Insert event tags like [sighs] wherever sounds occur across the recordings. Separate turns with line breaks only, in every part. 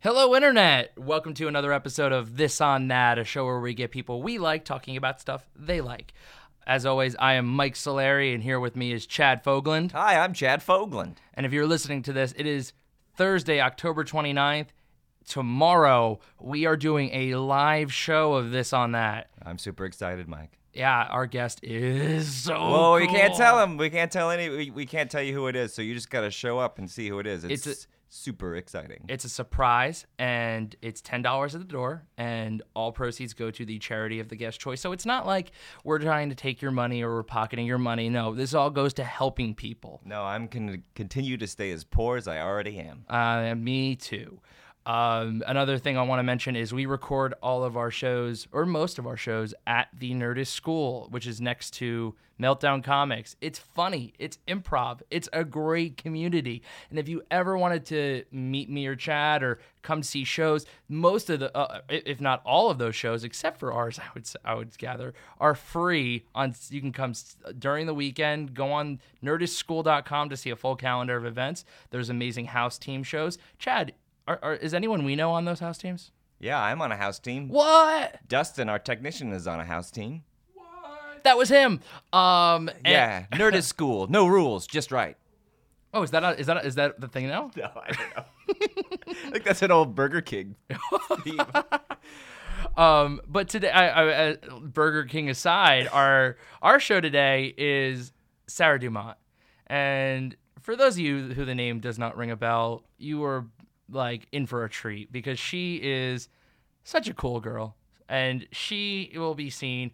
Hello, Internet! Welcome to another episode of This on That, a show where we get people we like talking about stuff they like. As always, I am Mike Solari, and here with me is Chad Fogland.
Hi, I'm Chad Fogland.
And if you're listening to this, it is Thursday, October 29th. Tomorrow, we are doing a live show of This on That.
I'm super excited, Mike.
Yeah, our guest is so.
Well, we
cool.
Oh, can't tell him. We can't tell any. We, we can't tell you who it is. So you just gotta show up and see who it is. It's,
It's
super exciting.
It's a surprise, and it's ten dollars at the door, and all proceeds go to the charity of the guest choice. So it's not like we're trying to take your money or we're pocketing your money. No, this all goes to helping people.
no, I'm gonna continue to stay as poor as I already am.
Uh, me too. Um, another thing I want to mention is we record all of our shows, or most of our shows, at the Nerdist School, which is next to Meltdown Comics. It's funny, it's improv, it's a great community. And if you ever wanted to meet me or Chad or come see shows, most of the, uh, i- if not all of those shows, except for ours, [laughs] I would s- I would gather, are free. On s- you can come s- during the weekend. Go on nerdistschool.com to see a full calendar of events. There's amazing house team shows. Chad, are, are, is anyone we know on those house teams?
Yeah, I'm on a house team.
What?
Dustin, our technician, is on a house team.
That was him. Um. and-
Yeah, nerd is school. No rules, just right.
oh, is that is that is that the thing now?
[laughs] No, I don't know. [laughs] I think that's an old Burger King. theme.
Um, but today, I, I, I, Burger King aside, our our show today is Sarah Dumont, and for those of you who the name does not ring a bell, you are like in for a treat because she is such a cool girl, and she will be seen.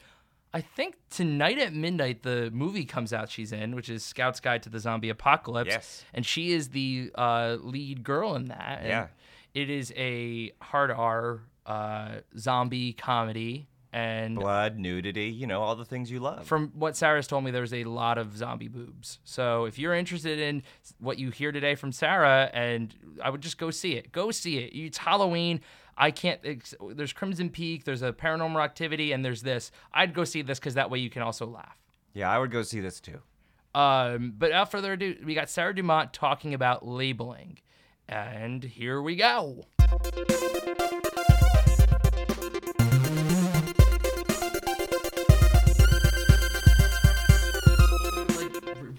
I think tonight at midnight the movie comes out she's in, which is Scout's Guide to the Zombie Apocalypse.
Yes.
And she is the uh, lead girl in that. And
Yeah.
It is a hard R uh, zombie comedy. And
[laughs] Blood, nudity, you know, all the things you love.
from what Sarah's told me, there's a lot of zombie boobs. So if you're interested in what you hear today from Sarah, and I would just go see it. Go see it. It's Halloween. I can't. ex- There's Crimson Peak. There's a Paranormal Activity, and there's this. I'd go see this because that way you can also laugh.
yeah, I would go see
[laughs]
this too.
Um, but without further ado, we got Sarah Dumont talking about labeling, and here we go.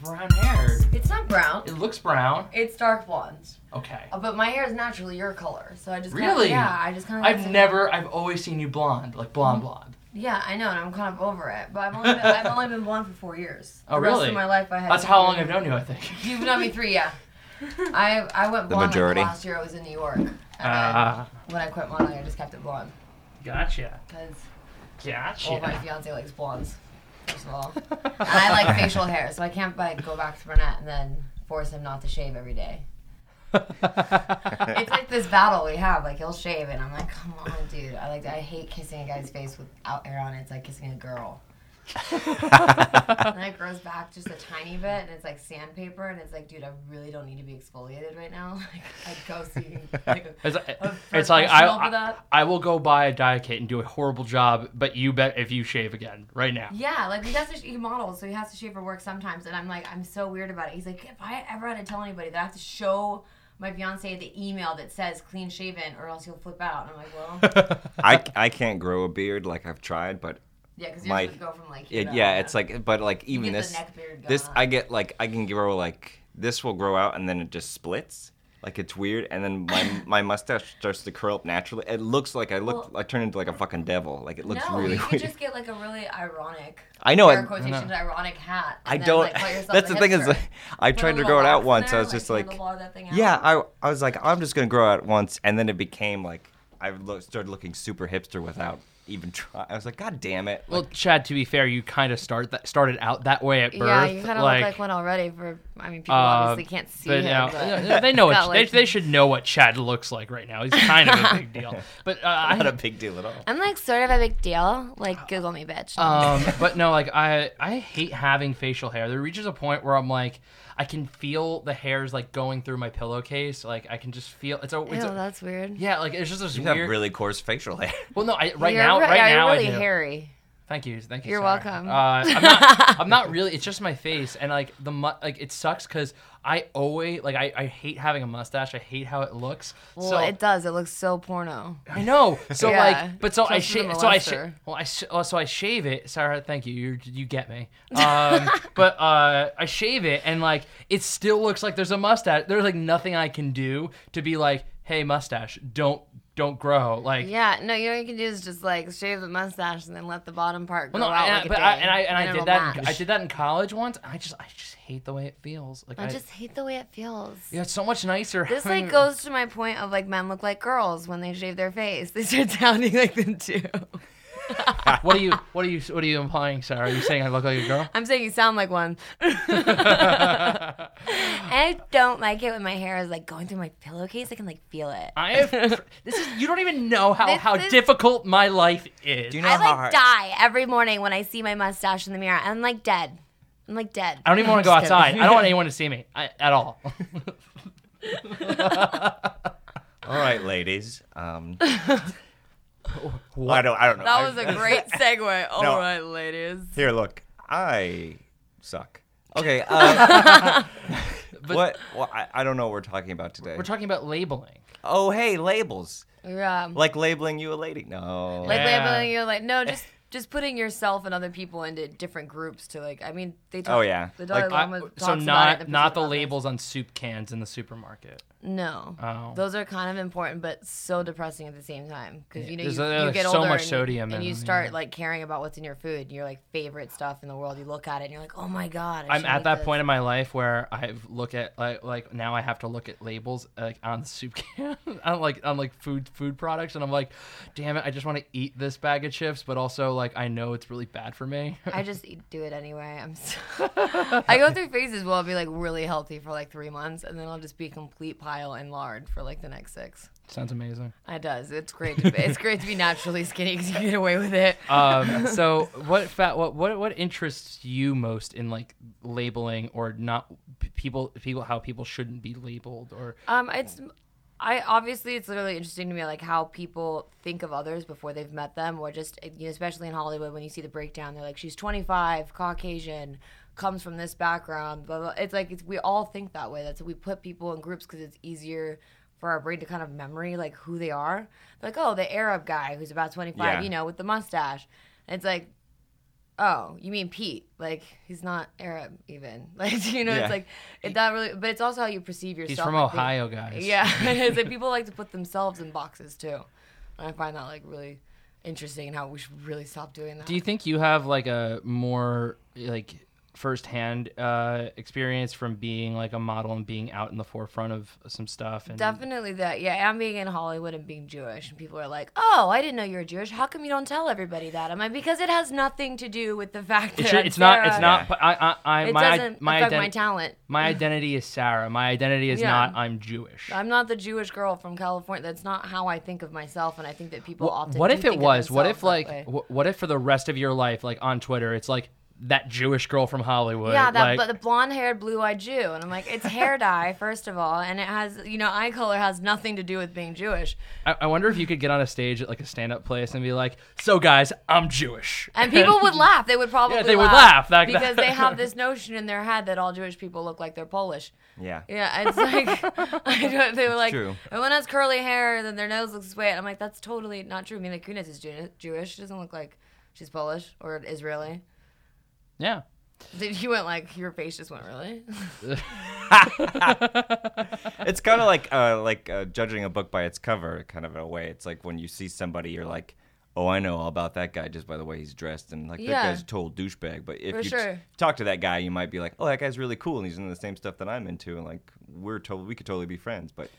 Brown hair.
It's not brown.
It looks brown.
It's dark blonde.
Okay.
Uh, But my hair is naturally your color, so I just kinda-
Really?
yeah, I just kind of
I've never. I've always seen you blonde, like blonde,
Mm-hmm.
blonde.
yeah, I know, and I'm kind of over it. But I've only been, I've only been blonde for four years.
[laughs] Oh,
the Rest
really?
of my life, I had.
That's how long I've known you, I think.
You've known me three, yeah. I I went blonde like,
majority.
last year. I was in New York. And I,
Uh,
when I quit modeling, I just kept it blonde
gotcha.
because
Gotcha.
well, my fiance likes blondes. First
[laughs]
of all, and I like facial hair, so I can't like go back to brunette and then force him not to shave every day. it's like this battle we have. Like he'll shave, and I'm like, come on, dude. I like, I hate kissing a guy's face without hair on. it. It's like kissing a girl. and it grows back just a tiny bit, and it's like sandpaper, and it's like, dude, I really don't need to be exfoliated right now. [laughs] Like, I go see. Like,
[laughs] [laughs] It's,
a
it's like I,
professional for
I,
that.
I will go buy a diet kit and do a horrible job, but you bet if you shave again right now.
Yeah, like he has to, he models, so he has to shave for work sometimes. And I'm like, I'm so weird about it. He's like, if I ever had to tell anybody that I have to show my fiance the email that says clean shaven, or else he'll flip out. And I'm like, well,
I, I can't grow a beard like I've tried, but
yeah, because
My-
yours would go from like here
It,
to-
yeah, it's like, but like even
uh, get the
this,
neck beard
this
going.
I get like I can grow like this will grow out and then it just splits. Like it's weird, and then
[laughs]
my my mustache starts to curl up naturally. It looks like I look, I turn into like a fucking devil. Like it looks
no,
really
you could
weird.
just get like a really ironic.
I know,
air
I-
quotations ironic hat. and
I
then,
don't.
like, call yourself
that's
a
the thing is,
hipster.
like, [laughs] I
Put a
tried to
little
grow it out
box in
once.
there,
I was just
you know,
like,
the wall of that thing out.
yeah, I I was like, I'm just gonna grow out once, and then it became like I lo- started looking super hipster without even try. I was like, God damn it!
Well, Chad, to be fair, you kind of start that started out that way at birth.
yeah, you kind of look like one already. For I mean, people
uh,
obviously can't see
but
him.
now-
[laughs] but-
yeah, they know
it's
what
got,
they,
like-
they should know what Chad looks like right now. He's kind of a big
[laughs]
deal. But uh, I
not a big deal at all.
I'm like sort of a big deal. Like Google me, bitch.
Uh,
Um, but no, like I, I hate having facial hair. There reaches a point where I'm like, I can feel the hairs like going through my pillowcase. Like I can just feel it's a,
Ew,
it's a
that's weird.
yeah, like it's just this
You have
weird.
really coarse facial
[laughs]
hair.
well, no, I, right
You're
now,
re-
right
yeah,
now,
you're really
I do.
hairy.
Thank you, thank you.
You're
Sarah.
welcome.
[laughs]
Uh, I'm, not, I'm not really. It's just my face, and like the mu- like it sucks because I always like I, I hate having a mustache. I hate how it looks.
Well,
so
it does. It looks so porno.
I
[laughs]
know. So
Yeah.
like, but so I
Comes from
shave.
the
So I shave.
molester.
Well, I sh- oh, so I shave it. Sarah, thank you. You you get me.
[laughs]
Um, but uh, I shave it, and like, it still looks like there's a mustache. There's like nothing I can do to be like, hey, mustache, don't don't grow. Like,
Yeah, no, you know what you can do is just like shave the mustache and then let the bottom part grow
well, no,
out.
and, I-
like a
but I,
day,
and I and I
then
did
it'll
that.
match.
I did that in college once. I just I just hate the way it feels. Like, I,
I just hate the way it feels.
yeah, it's so much nicer.
This
having-
like goes to my point of like men look like girls when they shave their face. They start [laughs] sounding like them too.
[laughs] What are you what are you what are you implying, Sarah? Are you saying I look like a girl?
I'm saying you sound
[laughs]
like one. I don't like it when my hair is like going through my pillowcase. I can like feel it.
I
[laughs]
have. this is you don't even know how
This
how
is-
difficult my life is.
Do you know
I
how
like
hard?
die every morning when I see my mustache in the mirror. I'm like dead. I'm like dead.
I don't
[laughs]
even want to go
I'm just
outside.
kidding.
I don't want
[laughs]
anyone to see me I, at
[laughs]
all.
All [laughs] right, ladies. Um, I don't. I don't know.
That
I-
was a great segue. All right,
No.
ladies.
Here, look. I suck.
[laughs]
Okay. Uh, what? Well, I, I don't know what we're talking about today.
We're talking about labeling.
oh, hey, labels.
Yeah.
Like labeling you a lady. No.
Like
Yeah.
labeling you
[laughs]
like no, just just putting yourself and other people into different groups to like. I mean, they talk.
Oh, yeah.
The Dalai
Like,
I-
Lama talks
so
about it
not
in the
not the
Pacific
labels on soup cans in the supermarket.
Rim. No,
Oh.
those are kind of important, but so depressing at the same time because you know you,
There's, uh,
you get
so
older
much
and,
sodium
and
in
you
them,
start
yeah.
like caring about what's in your food. and Your like favorite stuff in the world. You look at it and you're like, oh my god. I
I'm
should eat
at that
this.
point in my life where I've look at like like now I have to look at labels like on the soup [laughs] can on like on like food food products and I'm like, damn it, I just want to eat this bag of chips, but also like I know it's really bad for me.
[laughs]
[laughs]
I just eat- do it anyway. I'm so I go through phases where I'll be like really healthy for like three months, and then I'll just be a complete pile and lard for like the next six.
Sounds amazing.
It does. It's great. To be, it's great to be naturally skinny because you get away with it.
[laughs] Um, so what fat what what what interests you most in like labeling or not p- people people how people shouldn't be labeled or
Um, it's I obviously it's literally interesting to me like how people think of others before they've met them, or just you know, especially in Hollywood when you see the breakdown, they're like she's 25, Caucasian, comes from this background. Blah, blah. It's like it's, we all think that way. That's we put people in groups because it's easier for our brain to kind of memory like who they are. Like oh, the Arab guy who's about 25,
Yeah.
you know, with the mustache. And it's like oh, you mean Pete? Like he's not Arab even. [laughs] Like you know,
Yeah.
it's like it, that really. But it's also how you perceive yourself.
he's from
I think.
Ohio guys.
Yeah, [laughs]
[laughs]
it's like people like to put themselves in boxes too, and I find that like really interesting and how we should really stop doing that.
Do you think you have like a more like firsthand uh, experience from being like a model and being out in the forefront of some stuff? And
Definitely that. Yeah, and being in Hollywood and being Jewish, and people are like, "Oh, I didn't know you were Jewish. How come you don't tell everybody that?" I'm like, because it has nothing to do with the fact that
It should-
I'm
it's not. It's
Sarah.
not. but I, I, I,
It
my,
doesn't
my,
affect
identi-
my talent.
my identity is Sarah. My identity is
Yeah.
not. I'm Jewish.
I'm not the Jewish girl from California. That's not how I think of myself, and I think that people
Wh-
often.
what
do
if
think
it
of
was? What if
themselves
like?
that way.
wh- What if for the rest of your life, like on Twitter, it's like that Jewish girl from Hollywood.
Yeah, that
like,
but the blonde-haired, blue-eyed Jew, and I'm like, it's hair dye [laughs] first of all, and it has you know eye color has nothing to do with being Jewish,
I, I wonder if you could get on a stage at like a stand-up place and be like, "So guys, I'm Jewish."
and people would laugh. They would probably
Yeah, they would laugh, like that.
because they have this notion in their head that all Jewish people look like they're Polish.
Yeah.
Yeah,
[laughs]
it's like I don't, they were like,
true.
everyone has curly hair, then their nose looks this way. And I'm like, that's totally not true. Mila Kunis is Jew- Jewish. She doesn't look like she's Polish or Israeli.
[laughs] yeah.
Did you went like your face just went really?
It's kind of like uh, like uh, judging a book by its cover, kind of in a way. It's like when you see somebody, you're like, oh, I know all about that guy just by the way he's dressed, and like
Yeah.
that guy's a total douchebag. But if
For
you
sure.
talk to that guy, you might be like, oh, that guy's really cool, and he's into the same stuff that I'm into, and like we're totally we could totally be friends. But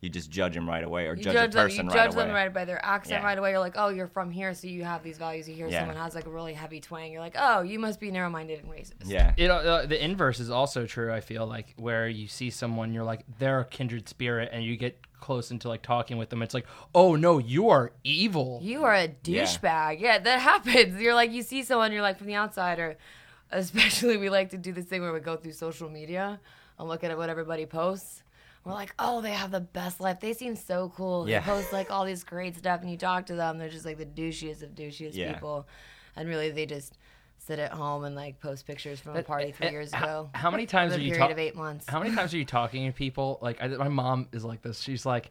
you just judge him right away, or
You
judge, a
them.
person
You
right
judge
away.
them right by their accent
Yeah.
right away. You're like, oh, you're from here, so you have these values. You hear
Yeah.
someone has like a really heavy twang. You're like, oh, you must be narrow-minded and racist.
Yeah.
It, uh, the inverse is also true. I feel like where you see someone, you're like they're a kindred spirit, and you get close into like talking with them. It's like, oh no, you are evil.
You are a douchebag. Yeah. that [laughs] happens. You're like, you see someone, you're like, from the outsider, especially [laughs] we like to do this thing where we go through social media and look at what everybody posts. We're like, oh, they have the best life. They seem so cool. They
Yeah.
post like all this great stuff, and you talk to them, they're just like the douchiest of douchiest
Yeah.
people. And really, they just sit at home and like post pictures from a party three
Uh,
years
how-
ago.
How
[laughs]
many times
The
are you
period
talking?
of eight months.
How many times are you talking to people? Like, I, my mom is like this. She's like,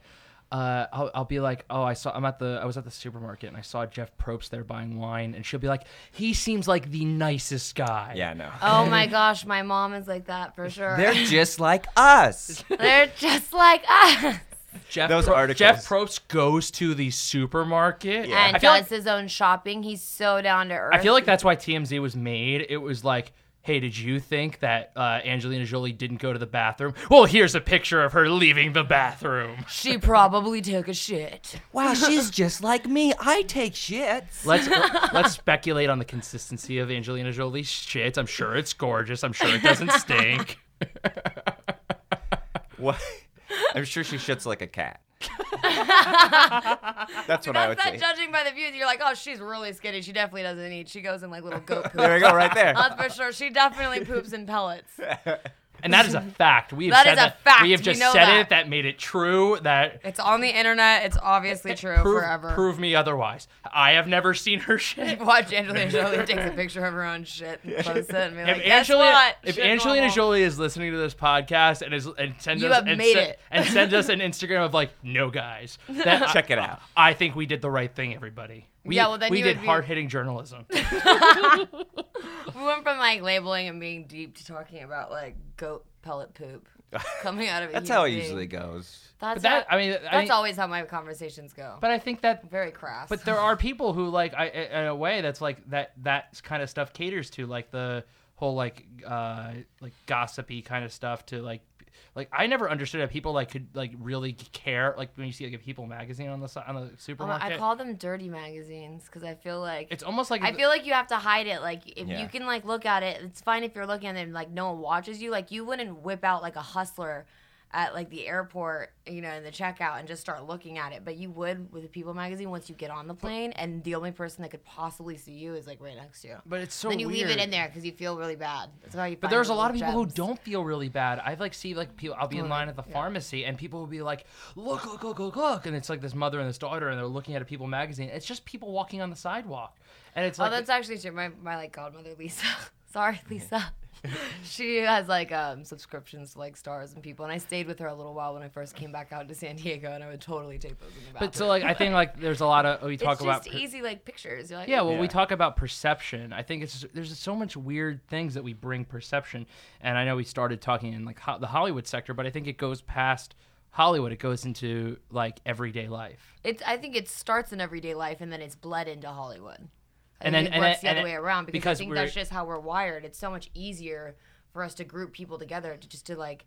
uh, I'll, I'll be like, oh, I saw, I'm at the, I was at the supermarket and I saw Jeff Probst there buying wine, and she'll be like, he seems like the nicest guy.
Yeah,
[laughs]
no.
Oh my gosh, my mom is like that for sure.
[laughs]
They're [laughs] just like
[laughs]
us.
They're just like us.
Jeff.
Those
Pro-
articles.
Jeff Probst goes to the supermarket
Yeah.
And
I feel
does
like,
his own shopping. He's so down to earth.
I feel like that's why TMZ was made. It was like. Hey, did you think that uh, Angelina Jolie didn't go to the bathroom? Well, here's a picture of her leaving the
[laughs]
bathroom.
she probably took a [laughs] shit.
wow, she's just like me. I take shits.
Let's let's speculate on the consistency of Angelina Jolie's shit. I'm sure it's gorgeous. I'm sure it
[laughs]
doesn't stink.
What? I'm sure she shits like a
[laughs]
cat. That's what I
That's
would
not
say.
judging by the views. You're like, oh, she's really skinny. She definitely doesn't eat. She goes in like little
[laughs]
goat poops.
there we go, right there.
That's for sure. She definitely poops in
[laughs]
pellets.
And that is a fact. We have
That
said
is a
that.
fact.
We have
We
just
know
said
that.
it. That made it true. That
It's on the internet. It's obviously true
prove,
forever.
prove me otherwise. I have never seen her [laughs] shit.
[laughs] Watch Angelina Jolie takes a picture of her own shit and posts it and be like,
if
guess
Angelina,
what?
if
Shit
Angelina
normal."
Jolie is listening to this podcast and is and sends
You
us
have
and,
made
sen-
it.
and sends us
[laughs]
an Instagram of like, no guys, that-
Check it out.
I think we did the right thing, everybody. We,
Yeah, well, then
we
you
did
would be-
hard hitting journalism.
[laughs] We went from like labeling and being deep to talking about like goat
[laughs]
pellet poop coming out of. a
That's
human
how it
being.
usually goes.
That's
that-
how-
I mean, I
that's
mean-
always how my conversations go.
But I think that
Very crass.
But there are people who like I in a way that's like that that kind of stuff caters to like the whole like uh like gossipy kind of stuff to like like I never understood that people like could like really care like when you see like a People magazine on the si- on the
Um, I
supermarket.
call them dirty magazines because I feel like
it's almost like
I feel like you have to hide it. Like if
Yeah.
you can like look at it, it's fine if you're looking at it and like no one watches you. Like you wouldn't whip out like a hustler at like the airport, you know, in the checkout and just start looking at it. But you would with the People magazine once you get on the plane and the only person that could possibly see you is like right next to you.
but it's so
then you
weird.
leave it in there because you feel really bad. That's how you.
But
find
there's
the
a lot of
little
people who
gems.
don't feel really bad. I like see like people. I'll be in line at the pharmacy, and people will be like, "Look, look, look, look, look!" And it's like this mother and this daughter, and they're looking at a People magazine. It's just people walking on the sidewalk, and it's like
oh, that's actually true. My, my like godmother Lisa. [laughs]
[laughs]
Sorry, Lisa. [laughs] she has like um, subscriptions to like stars and people, and I stayed with her a little while when I first came back out to San Diego, and I would totally take those in the bathroom.
But so like I think like there's a lot of we talk
[laughs] it's
about
just
per-
easy like pictures. You're like,
yeah well we
Yeah.
talk about perception I think it's just, there's so much weird things that we bring perception and I know we started talking in like ho- the Hollywood sector but I think it goes past Hollywood it goes into like everyday life
It's I think it starts in everyday life, and then it's bled into Hollywood. I
And
think
then-
it
and then-
works the
and
other
then-
way around because,
because
I think
we're-
that's just how we're wired. It's so much easier for us to group people together to just to like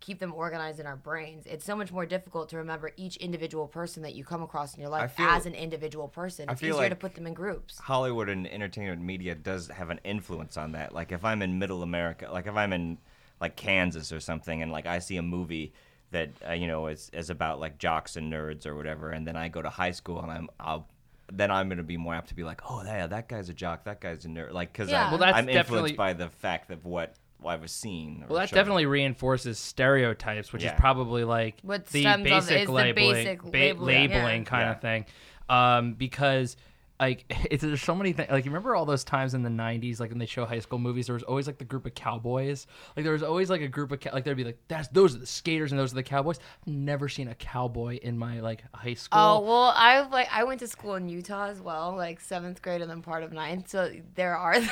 keep them organized in our brains. It's so much more difficult to remember each individual person that you come across in your life
feel-
as an individual person. It's
feel
easier to
like-
put them in groups.
Hollywood and entertainment media does have an influence on that. Like if I'm in Middle America, like if I'm in like Kansas or something, and like I see a movie that uh, you know is is about like jocks and nerds or whatever, and then I go to high school and I'm I'll then I'm gonna be more apt to be like, oh yeah, that guy's a jock, that guy's a nerd, like because
Yeah.
I'm,
Well,
that's
I'm
definitely-
influenced by the fact of what I was seeing. or
well that
shown.
definitely reinforces stereotypes which
Yeah.
is probably like
What
the
stems off
basic
is the
labeling
basic
ba-
labeling, yeah.
labeling kind
Yeah.
of thing um, because like [laughs] it's, there's so many things like you remember all those times in the 90s like when they show high school movies there was always like the group of cowboys like there was always like a group of cow- like there'd be like that's those are the skaters and those are the cowboys I've never seen a cowboy in my like high school
Oh well, I like I went to school in Utah as well, like seventh grade and then part of ninth. So there
[laughs]
are [laughs] those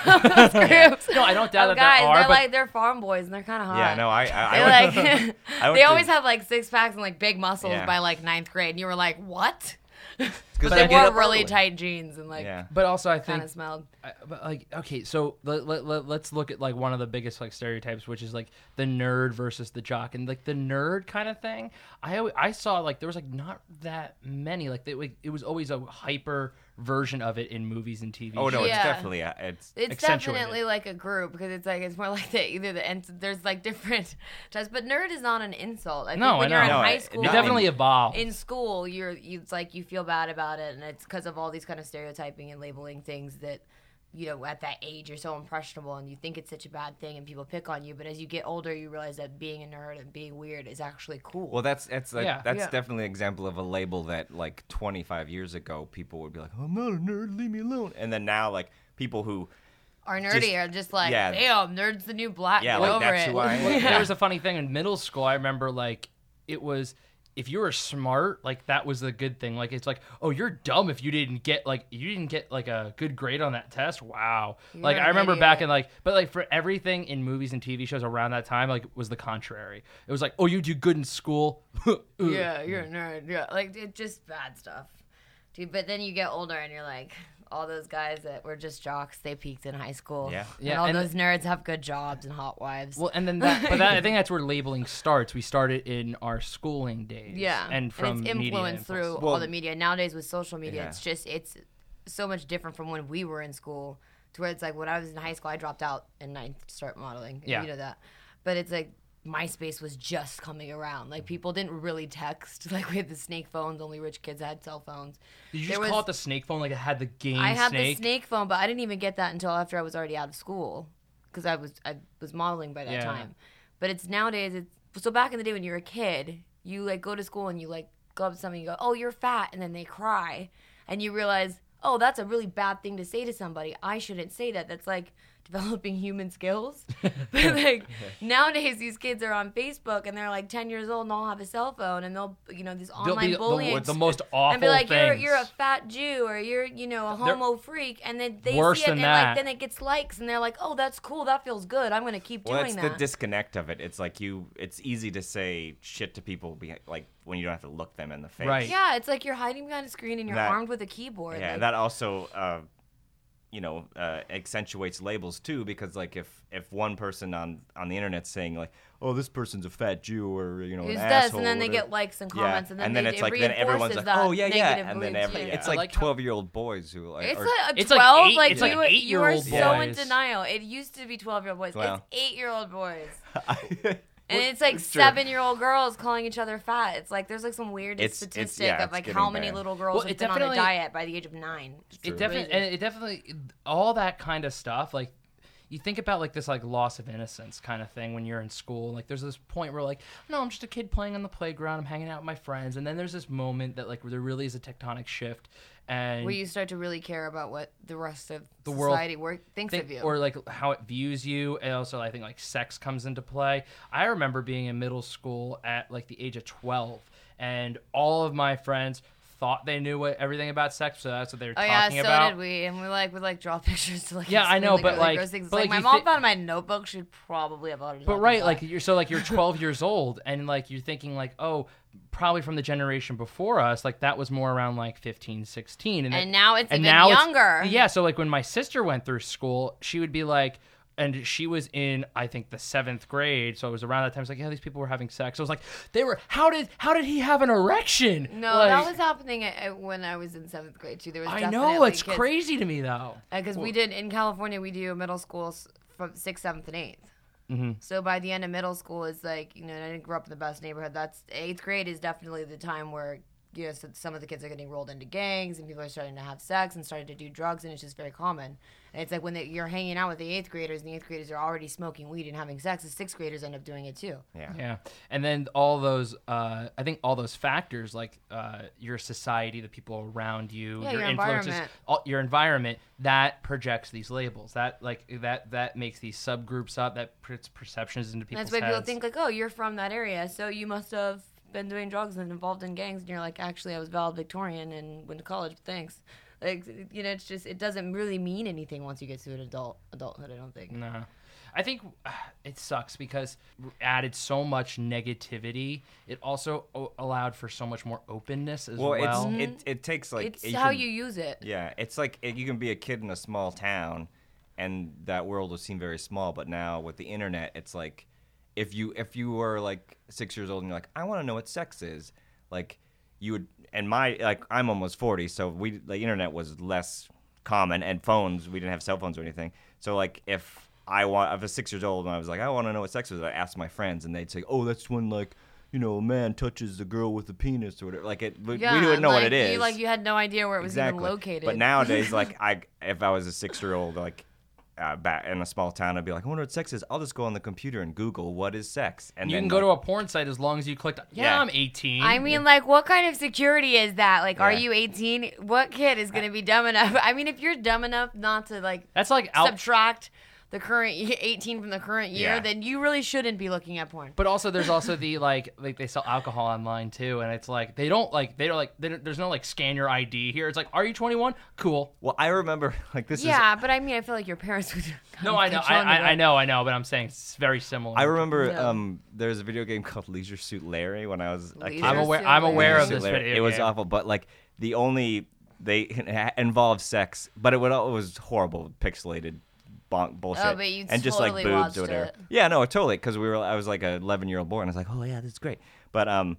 groups.
No, I don't doubt that there
of Oh,
are,
guys. They're
but-
like they're farm boys and they're kind of hot.
Yeah, no, I I,
They
I went-
like [laughs]
I went
they
to-
always have like six packs and like big muscles
Yeah.
by like ninth grade, and you were like, what? [laughs]
'cause
They
I get
wore
up
really
early.
tight jeans and
[laughs]
like [laughs]
Yeah.
but also I
kind
think
of smelled.
I- but like okay so let, let, let, us look at like one of the biggest like stereotypes which is like the nerd versus the jock and like the nerd kind of thing i always, i saw like there was like not that many like they, like, it was always a hyper version of it in movies and tv
Oh no,
shows.
Yeah.
it's definitely a, it's
It's
accentuated.
definitely like a group because it's like it's more [laughs] like that either the and there's like different [laughs] types, but nerd is not an insult. I think
No,
when
I
you're in
know.
No,
high
it-
school,
it
not
definitely
in-
evolved
in school you're you, it's like you feel bad about it and it's because of all these kind of stereotyping and labeling things that you know at that age you're so impressionable and you think it's such a bad thing and people pick on you but as you get older you realize that being a nerd and being weird is actually cool
Well, that's that's like,
Yeah.
that's
Yeah.
definitely an example of a label that like 25 years ago people would be like, "I'm not a nerd, leave me alone," and then now like people who
are nerdy
Just-
are just like,
yeah.
damn, nerd's the new black.
Yeah,
Get
like,
over
that's
it.
who I am.
Yeah.
there was a funny thing in middle school. I remember like it was if you were smart, like that was the good thing. Like it's like, oh, you're dumb if you didn't get like you didn't get like a good grade on that test. Wow. like
an
I remember back
idiot.
in like but like for everything in movies and TV shows around that time, like was the contrary. It was like, oh, you do good in school. [laughs] Ugh.
[laughs] Yeah, you're a nerd. Yeah,
Like it just bad stuff.
dude. But then you get older and you're like, all those guys that were just jocks, they peaked in high school.
Yeah.
and
Yeah,
all
and-
those nerds have good jobs and hot wives.
Well, and then that, but that,
[laughs]
I think that's where labeling starts. We started in our schooling days.
yeah,
and from
it's
media
influenced
influence.
through all
Well-
the media nowadays with social media.
Yeah.
It's just it's so much different from when we were in school to where it's like when I was in high school, I dropped out in ninth to start modeling.
Yeah.
you know that, but it's like. MySpace was just coming around.
Mm-hmm.
Like people didn't really text. [laughs] Like we had the snake phones. Only rich kids had cell phones.
Did you
There
just call
was-
it the snake phone? Like it had the game
I had
snake.
the snake phone, but I didn't even get that until after I was already out of school because I was I was modeling by that
Yeah.
time. But it's nowadays. It's so back in the day when you were a kid, you like go to school and you like go up to somebody and you go, "Oh, you're fat," and then they cry, and you realize, "Oh, that's a really bad thing to say to somebody. I shouldn't say that." That's like [laughs] developing human skills. [laughs]
[laughs]
but like nowadays, these kids are on Facebook and they're like 10 years old and they'll have a cell phone and they'll you know these
They'll
online
be the-
bullying
the, most awful
and be like, you're,
things.
you're a fat Jew or you're, you know, a
They're-
homo freak. And then they
Worse
see it
than
and
that.
like, then it gets likes and they're like, oh, that's cool. That feels good. I'm going to keep
Well,
doing
it's the
that.
disconnect of it. It's like you. It's easy to say shit to people, be, like when you don't have to look them in the face.
Right.
yeah, it's like you're hiding behind a screen and you're
That-
armed with a keyboard.
Yeah,
like,
that also, uh, you know, uh, accentuates labels too, because like if if one person on on the internet's saying like, oh, this person's a fat Jew or you know, an
who's this?
asshole,
and then they
whatever.
get likes and
Yeah,
comments, and then, they,
it's
it
like then everyone's like,
reinforces that
oh yeah,
negative
yeah, and then
belief.
every,
Yeah.
it's
I
like
like how-
twelve year old boys who like,
It's
are,
like a
It's like
twelve.
eight-
Like,
it's
you,
like
you are
eight-year-old
so in
boys.
denial. It used to be twelve-year-old boys.
Wow.
It's eight-year-old boys,
[laughs] I-
[laughs] and it's like
true.
seven-year-old girls calling each other fat. It's like there's like some weird
It's- it's-
statistic
yeah,
of
it's
like how
getting
many
bad.
little girls
Well,
have
it
been on a
definitely-
diet by the age of nine.
it definitely and it definitely all that kind of stuff like you think about like this like loss of innocence kind of thing when you're in school like there's this point where like no i'm just a kid playing on the playground i'm hanging out with my friends and then there's this moment that like where there really is a tectonic shift and
where you start to really care about what the rest of
The world
society work, thinks
think-
of you.
or like how it views you and also i think like sex comes into play i remember being in middle school at like the age of 12 and all of my friends thought they knew what everything about sex so that's what they were
oh
talking
yeah, so
about
did we, and we like would like draw [laughs] pictures to like
Yeah, I
explain,
know, but,
really
like-
gross things.
but, like,
like, my
you
mom
thi-
found my notebook. She'd probably have ordered.
But right, like you're so like
[laughs]
you're 12 years old, and like you're thinking like, oh, probably from the generation before us, like that was more around like 15, 16, and,
And
it-
now it's even younger.
yeah, so like when my sister went through school, she would be like. And she was in, I think, the seventh grade, so it was around that time. It's like, yeah, these people were having sex. I was like, they were. How did how did he have an erection?
No,
Like,
that was happening at, at- when I was in seventh grade too. There was
I know it's
crazy.
crazy to me though.
because Uh, we did in California, we do middle school s- from sixth, seventh, and 8th So by the end of middle school, it's like you know, and I didn't grow up in the best neighborhood. That's eighth grade is definitely the time where you know so- some of the kids are getting rolled into gangs and people are starting to have sex and starting to do drugs, and it's just very common. And it's like when they, you're hanging out with the eighth graders, and the eighth graders are already smoking weed and having sex. The sixth graders end up doing it too.
yeah.
Yeah, and then all those, uh, I think all those factors like uh, your society, the people around you,
Yeah,
your,
your
influences,
environment.
All, your environment, that projects these labels. That like that that makes these subgroups up. That puts perceptions into people's
That's why people
heads.
think like, oh, you're from that area, so you must have been doing drugs and involved in gangs. And you're like, actually, I was valedictorian and went to college. But thanks. Like, you know, it's just it doesn't really mean anything once you get to an adult adulthood. I don't think.
Mm,
No. I think [sighs] uh, it sucks because we added so much negativity. It also o- allowed for so much more openness as well.
Well, it's it, it takes like
it's how
can-
you use it.
Yeah, it's like it, you can be a kid in a small town, and that world will seem very small. But now with the internet, it's like if you if you were like six years old and you're like, I want to know what sex is, like you would. And my like I'm almost forty, so we the internet was less common, and phones we didn't have cell phones or anything. So like if I want, if I was six years old and I was like, I want to know what sex is, I asked my friends, and they'd say, Oh, that's when like. You know, a man touches a girl with a penis or whatever. Like it, we- we didn't know what
like,
it is
You, like you had no idea where it was even
exactly.
[laughs] located.
But nowadays, like I, if I was a six year old, like uh, back in a small town, I'd be like, I wonder what sex is. I'll just go on the computer and Google what is sex, and
You
then
can go
like,
to a porn site as long as you clicked. Yeah,
Yeah.
I'm 18.
I mean, like, what kind of security is that? Like, are
Yeah.
you 18? What kid is going to be dumb enough? [laughs] I mean, if you're dumb enough not to, like,
that's like out.
subtract the current y- 18 from the current year,
Yeah.
then you really shouldn't be looking at porn.
But also, there's also the like, like they sell alcohol online too, and it's like they don't like they don't like they don't, there's no like scan your ID here. It's like, are you 21? Cool.
Well, I remember [laughs] like this is
yeah, but I mean, I feel like your parents [laughs] would. kind
No,
of
I know, I,
control Mm, me,
I, I
but-
know, I know, but I'm saying it's very similar.
I remember
Yeah.
um, there was a video game called Leisure Suit Larry when I was a kid.
Leisure
I'm aware.
Seriously,
I'm
like-
aware of
Leisure
this
Suit Larry.
video.
It was
game.
awful, but like the only they [laughs] it involved sex, but it, would, al- it was horrible, pixelated. Bonk bullshit,
Oh, but you
and just like
totally
boobs
watched
or whatever.
it.
Yeah, no, totally. Because we were, I was like an 11 year old boy, and I was like, oh yeah, that's great. But um,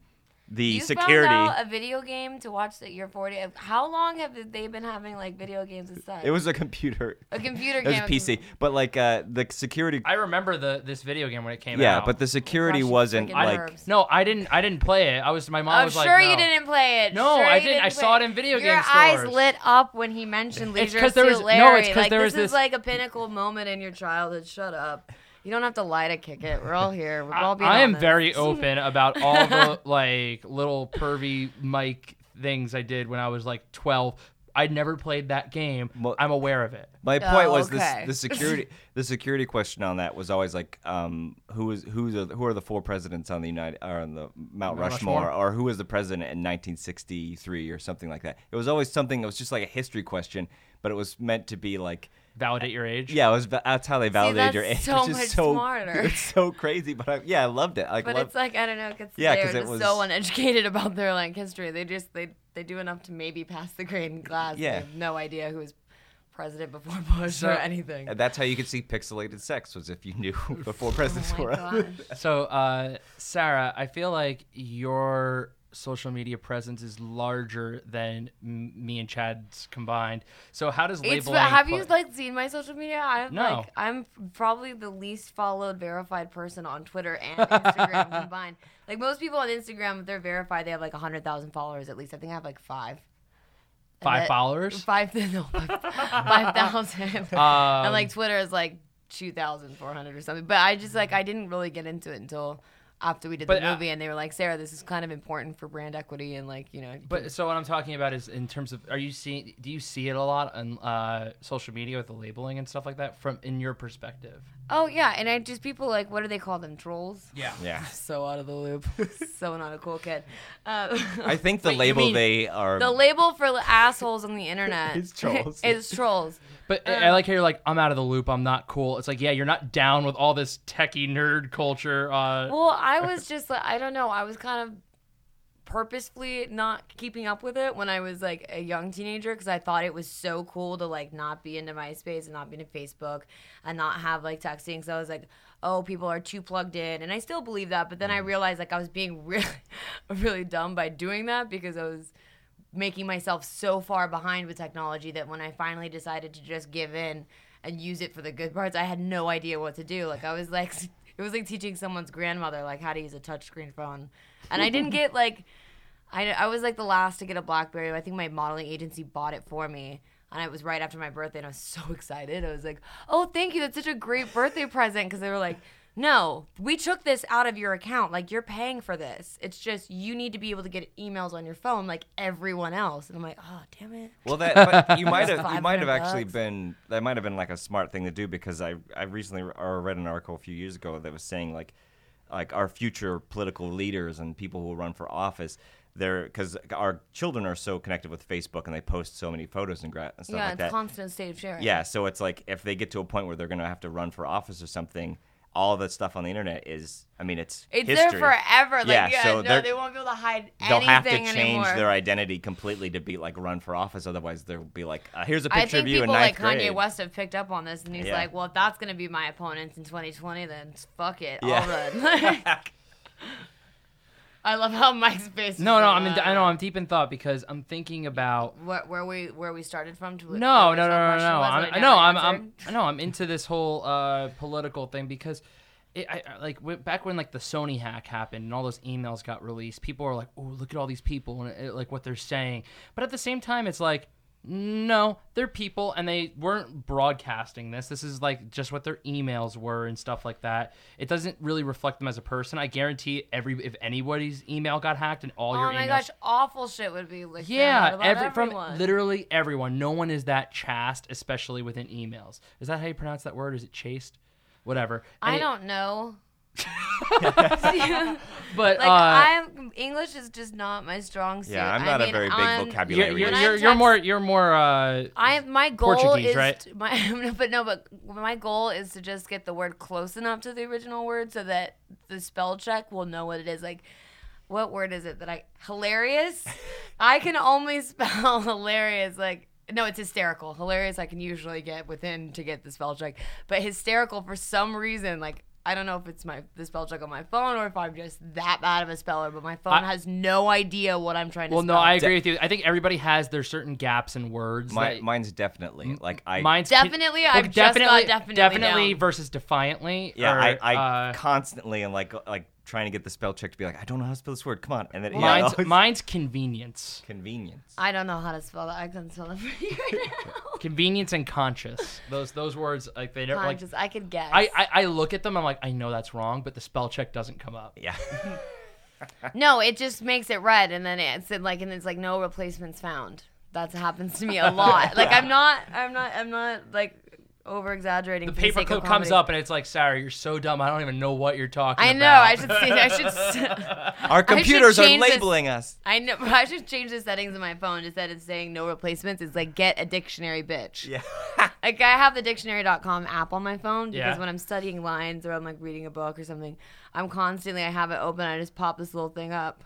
the
You
security.
found out a video game to watch that you're 40. How long have they been having like video games and stuff?
[laughs] It was a computer.
a computer
It was
game.
a
[laughs]
PC, but like uh, the security.
I remember the this video game when it came out.
yeah, but the security
Crush your
wasn't
freaking
I,
like.
nerves.
no, I didn't. I didn't play it. I was my mom
I'm
was
sure
like, no.
you didn't play it.
No,
Sure
I
you
didn't. I
play
saw it in video
Your
game
eyes
stores.
lit up when he mentioned Leisure
'cause there was-
Suit
no,
Larry.
it's 'cause
like,
there was
this
this-
is like a pinnacle moment in your childhood. Shut up. You don't have to lie to kick it. We're all here. We're all being
I am
honest. [laughs]
very open about all the like little pervy mic things I did when I was like 12. I'd never played that game.
Mo-
I'm aware of it.
My point
Oh,
was this:
okay.
the
[laughs]
security, the security question on that was always like, um, who is who's the, who are the four presidents on the United or on the Mount Rushmore,
Rushmore.
or who was the president in 1963 or something like that. It was always something that was just like a history question, but it was meant to be like,
Validate your age.
yeah, it was va- that's how they validated
that's
your age,
so
which
much
is so
smarter.
[laughs] it's so crazy. But I, yeah, I loved it. Like,
But
loved,
it's like I don't know. Cause
Yeah,
they're
'cause it
just
was-
so uneducated [laughs] about their like history. They just they they do enough to maybe pass the grade in class. They
Yeah.
have no idea who was president before [laughs] Bush
So-
or anything.
and that's how you could see pixelated sex was if you knew [laughs] before
[laughs] Oh
presidents
my
were. up.
gosh.
So, uh, Sarah, I feel like your social media presence is larger than m- me and Chad's combined. So, how does
It's,
labeling?
have
play-
you like seen my social media? I'm
No.
like I'm probably the least followed verified person on Twitter and
[laughs]
Instagram combined. Like most people on Instagram, if they're verified, they have like hundred thousand followers at least. I think I have like five. And
five
that-
followers?
Five [laughs] no,
[laughs]
five thousand.
Um,
and like Twitter is like two thousand four hundred or something. But I just like I didn't really get into it until after we did
But,
the
uh,
movie, and they were like, Sarah, this is kind of important for brand equity, and like you know, you
But so what I'm talking about is in terms of are you seeing do you see it a lot on uh, social media with the labeling and stuff like that from in your perspective?
Oh yeah, and I just people like what do they call them trolls?
Yeah.
Yeah,
So out of the loop, [laughs] so not a cool [laughs] kid. Uh,
I think the
Wait, you
label
mean-
they are.
[laughs] the label for assholes on
[laughs]
the internet
Is
[laughs]
trolls.
is trolls.
But I I like how you're like I'm out of the loop. I'm not cool. It's like yeah, you're not down with all this techie nerd culture. Uh,
Well, I was just like I don't know. I was kind of purposefully not keeping up with it when I was like a young teenager because I thought it was so cool to like not be into MySpace and not be into Facebook and not have like texting. So I was like, oh, people are too plugged in, and I still believe that. But then I
Mm.
realized like I was being [laughs] really, really dumb by doing that because I was making myself so far behind with technology that when I finally decided to just give in and use it for the good parts, I had no idea what to do. Like I was like, [laughs] it was like teaching someone's grandmother like how to use a touchscreen phone, and I didn't get like, I I was like the last to get a BlackBerry. I think my modeling agency bought it for me. And it was right after my birthday, and I was [laughs] so excited. I was like, "Oh, thank you! That's such a great birthday present." Because they were like, "No, we took this out of your account. Like, you're paying for this. It's just you need to be able to get emails on your phone, like everyone else." And I'm like, "Oh, damn it!"
Well, that
[laughs]
but you might
That's
have you might have
500
actually
bucks.
been that might have been like a smart thing to do because I I recently re- or read an article a few years ago that was saying like like our future political leaders and people who will run for office they're because our children are so connected with Facebook and they post so many photos and, gra- and stuff
yeah,
like
it's
that.
constant state of sharing.
Yeah, so it's like if they get to a point where they're gonna have to run for office or something, all the stuff on the internet is I mean it's
it's
history.
there forever. Like,
Yeah,
yeah,
so they're-
no, they won't be able to hide
They'll
anything
have to change
anymore.
their identity completely to be like run for office. Otherwise, there'll be like, uh, here's a
I
picture
think
of you
people
in
like
ninth
Kanye
grade.
West have picked up on this, and he's
Yeah.
like, "Well, if that's gonna be my opponent in 2020, then fuck it,
Yeah.
I'll
[laughs]
run." [laughs] I love how Mike's face. is
no, no,
like,
I'm in,
uh,
I know I'm deep in thought because I'm thinking about
Where, where we where we started from to
no,
the
no, no,
original
no,
question
no.
was,
I'm,
and I
no, I'm,
never
I'm,
answered.
no, I'm into this whole uh, political thing because, it, I, I like went back when like the Sony hack happened and all those emails got released. People are like, "Oh, look at all these people and it, like what they're saying," but at the same time, it's like No, they're people and they weren't broadcasting this. This is like just what their emails were and stuff like that. It doesn't really reflect them as a person. I guarantee every if anybody's email got hacked and all your
oh my
emails
gosh, awful shit would be like
Yeah,
about
every, from
everyone.
literally everyone. No one is that chaste, especially within emails. Is that how you pronounce that word? Is it chaste? Whatever. And
I
it-
don't
[laughs]
know.
But uh,
Like I'm English is just not my strong suit.
Yeah, I'm
I
not
mean,
a very big
I'm-
you're,
vocabulary.
you're,
When I
you're, you're
text-
more you're more uh,
I my goal
Portuguese,
is
right?
to- my [laughs] but no but my goal is to just get the word close enough to the original word so that the spell check will know what it is like what word is it that I
[laughs]
hilarious I can only spell [laughs] hilarious like no it's hysterical hilarious I can usually get within to get the spell check but hysterical for some reason like I don't know if it's my the spell check on my phone or if I'm just that bad of a speller but my phone
I-
has no idea what I'm trying to
well,
spell.
no, I agree with you. I think everybody has their certain gaps in words.
My,
that-
mine's definitely like I.
Mine's
Definitely, I've just got definitely um, down.
versus defiantly.
yeah,
or,
I, I
uh,
constantly am like like trying to get the spell check to be like I don't know how to spell this word. Come on, and then yeah, I [laughs]
mine's,
always-
mine's convenience,
convenience.
I don't know how to spell that. I couldn't spell it [laughs] for you right now.
convenience and
[laughs]
conscious. Those those words like they don't like.
Conscious. I could guess.
I, I I look at them. I'm like I know that's wrong, but the spell check doesn't come up.
[laughs]
yeah, [laughs]
no, it just makes it red, and then it's in like, and it's like no replacements found. That happens to me
[laughs]
a lot. Like I'm not, I'm not, I'm not like over exaggerating.
The paperclip comes up and it's like, sorry, you're so dumb. I don't even know what you're talking
I
about.
know. I should see.
[laughs]
I should. s- [laughs]
our computers are
change this-
labeling us.
I know. I should change the settings in my phone. Instead of saying no replacements, it's like get a dictionary, bitch.
Yeah, [laughs]
Like I have the dictionary.com app on my phone because
Yeah.
when I'm studying lines or I'm like reading a book or something, I'm constantly I have it open. I just pop this little thing up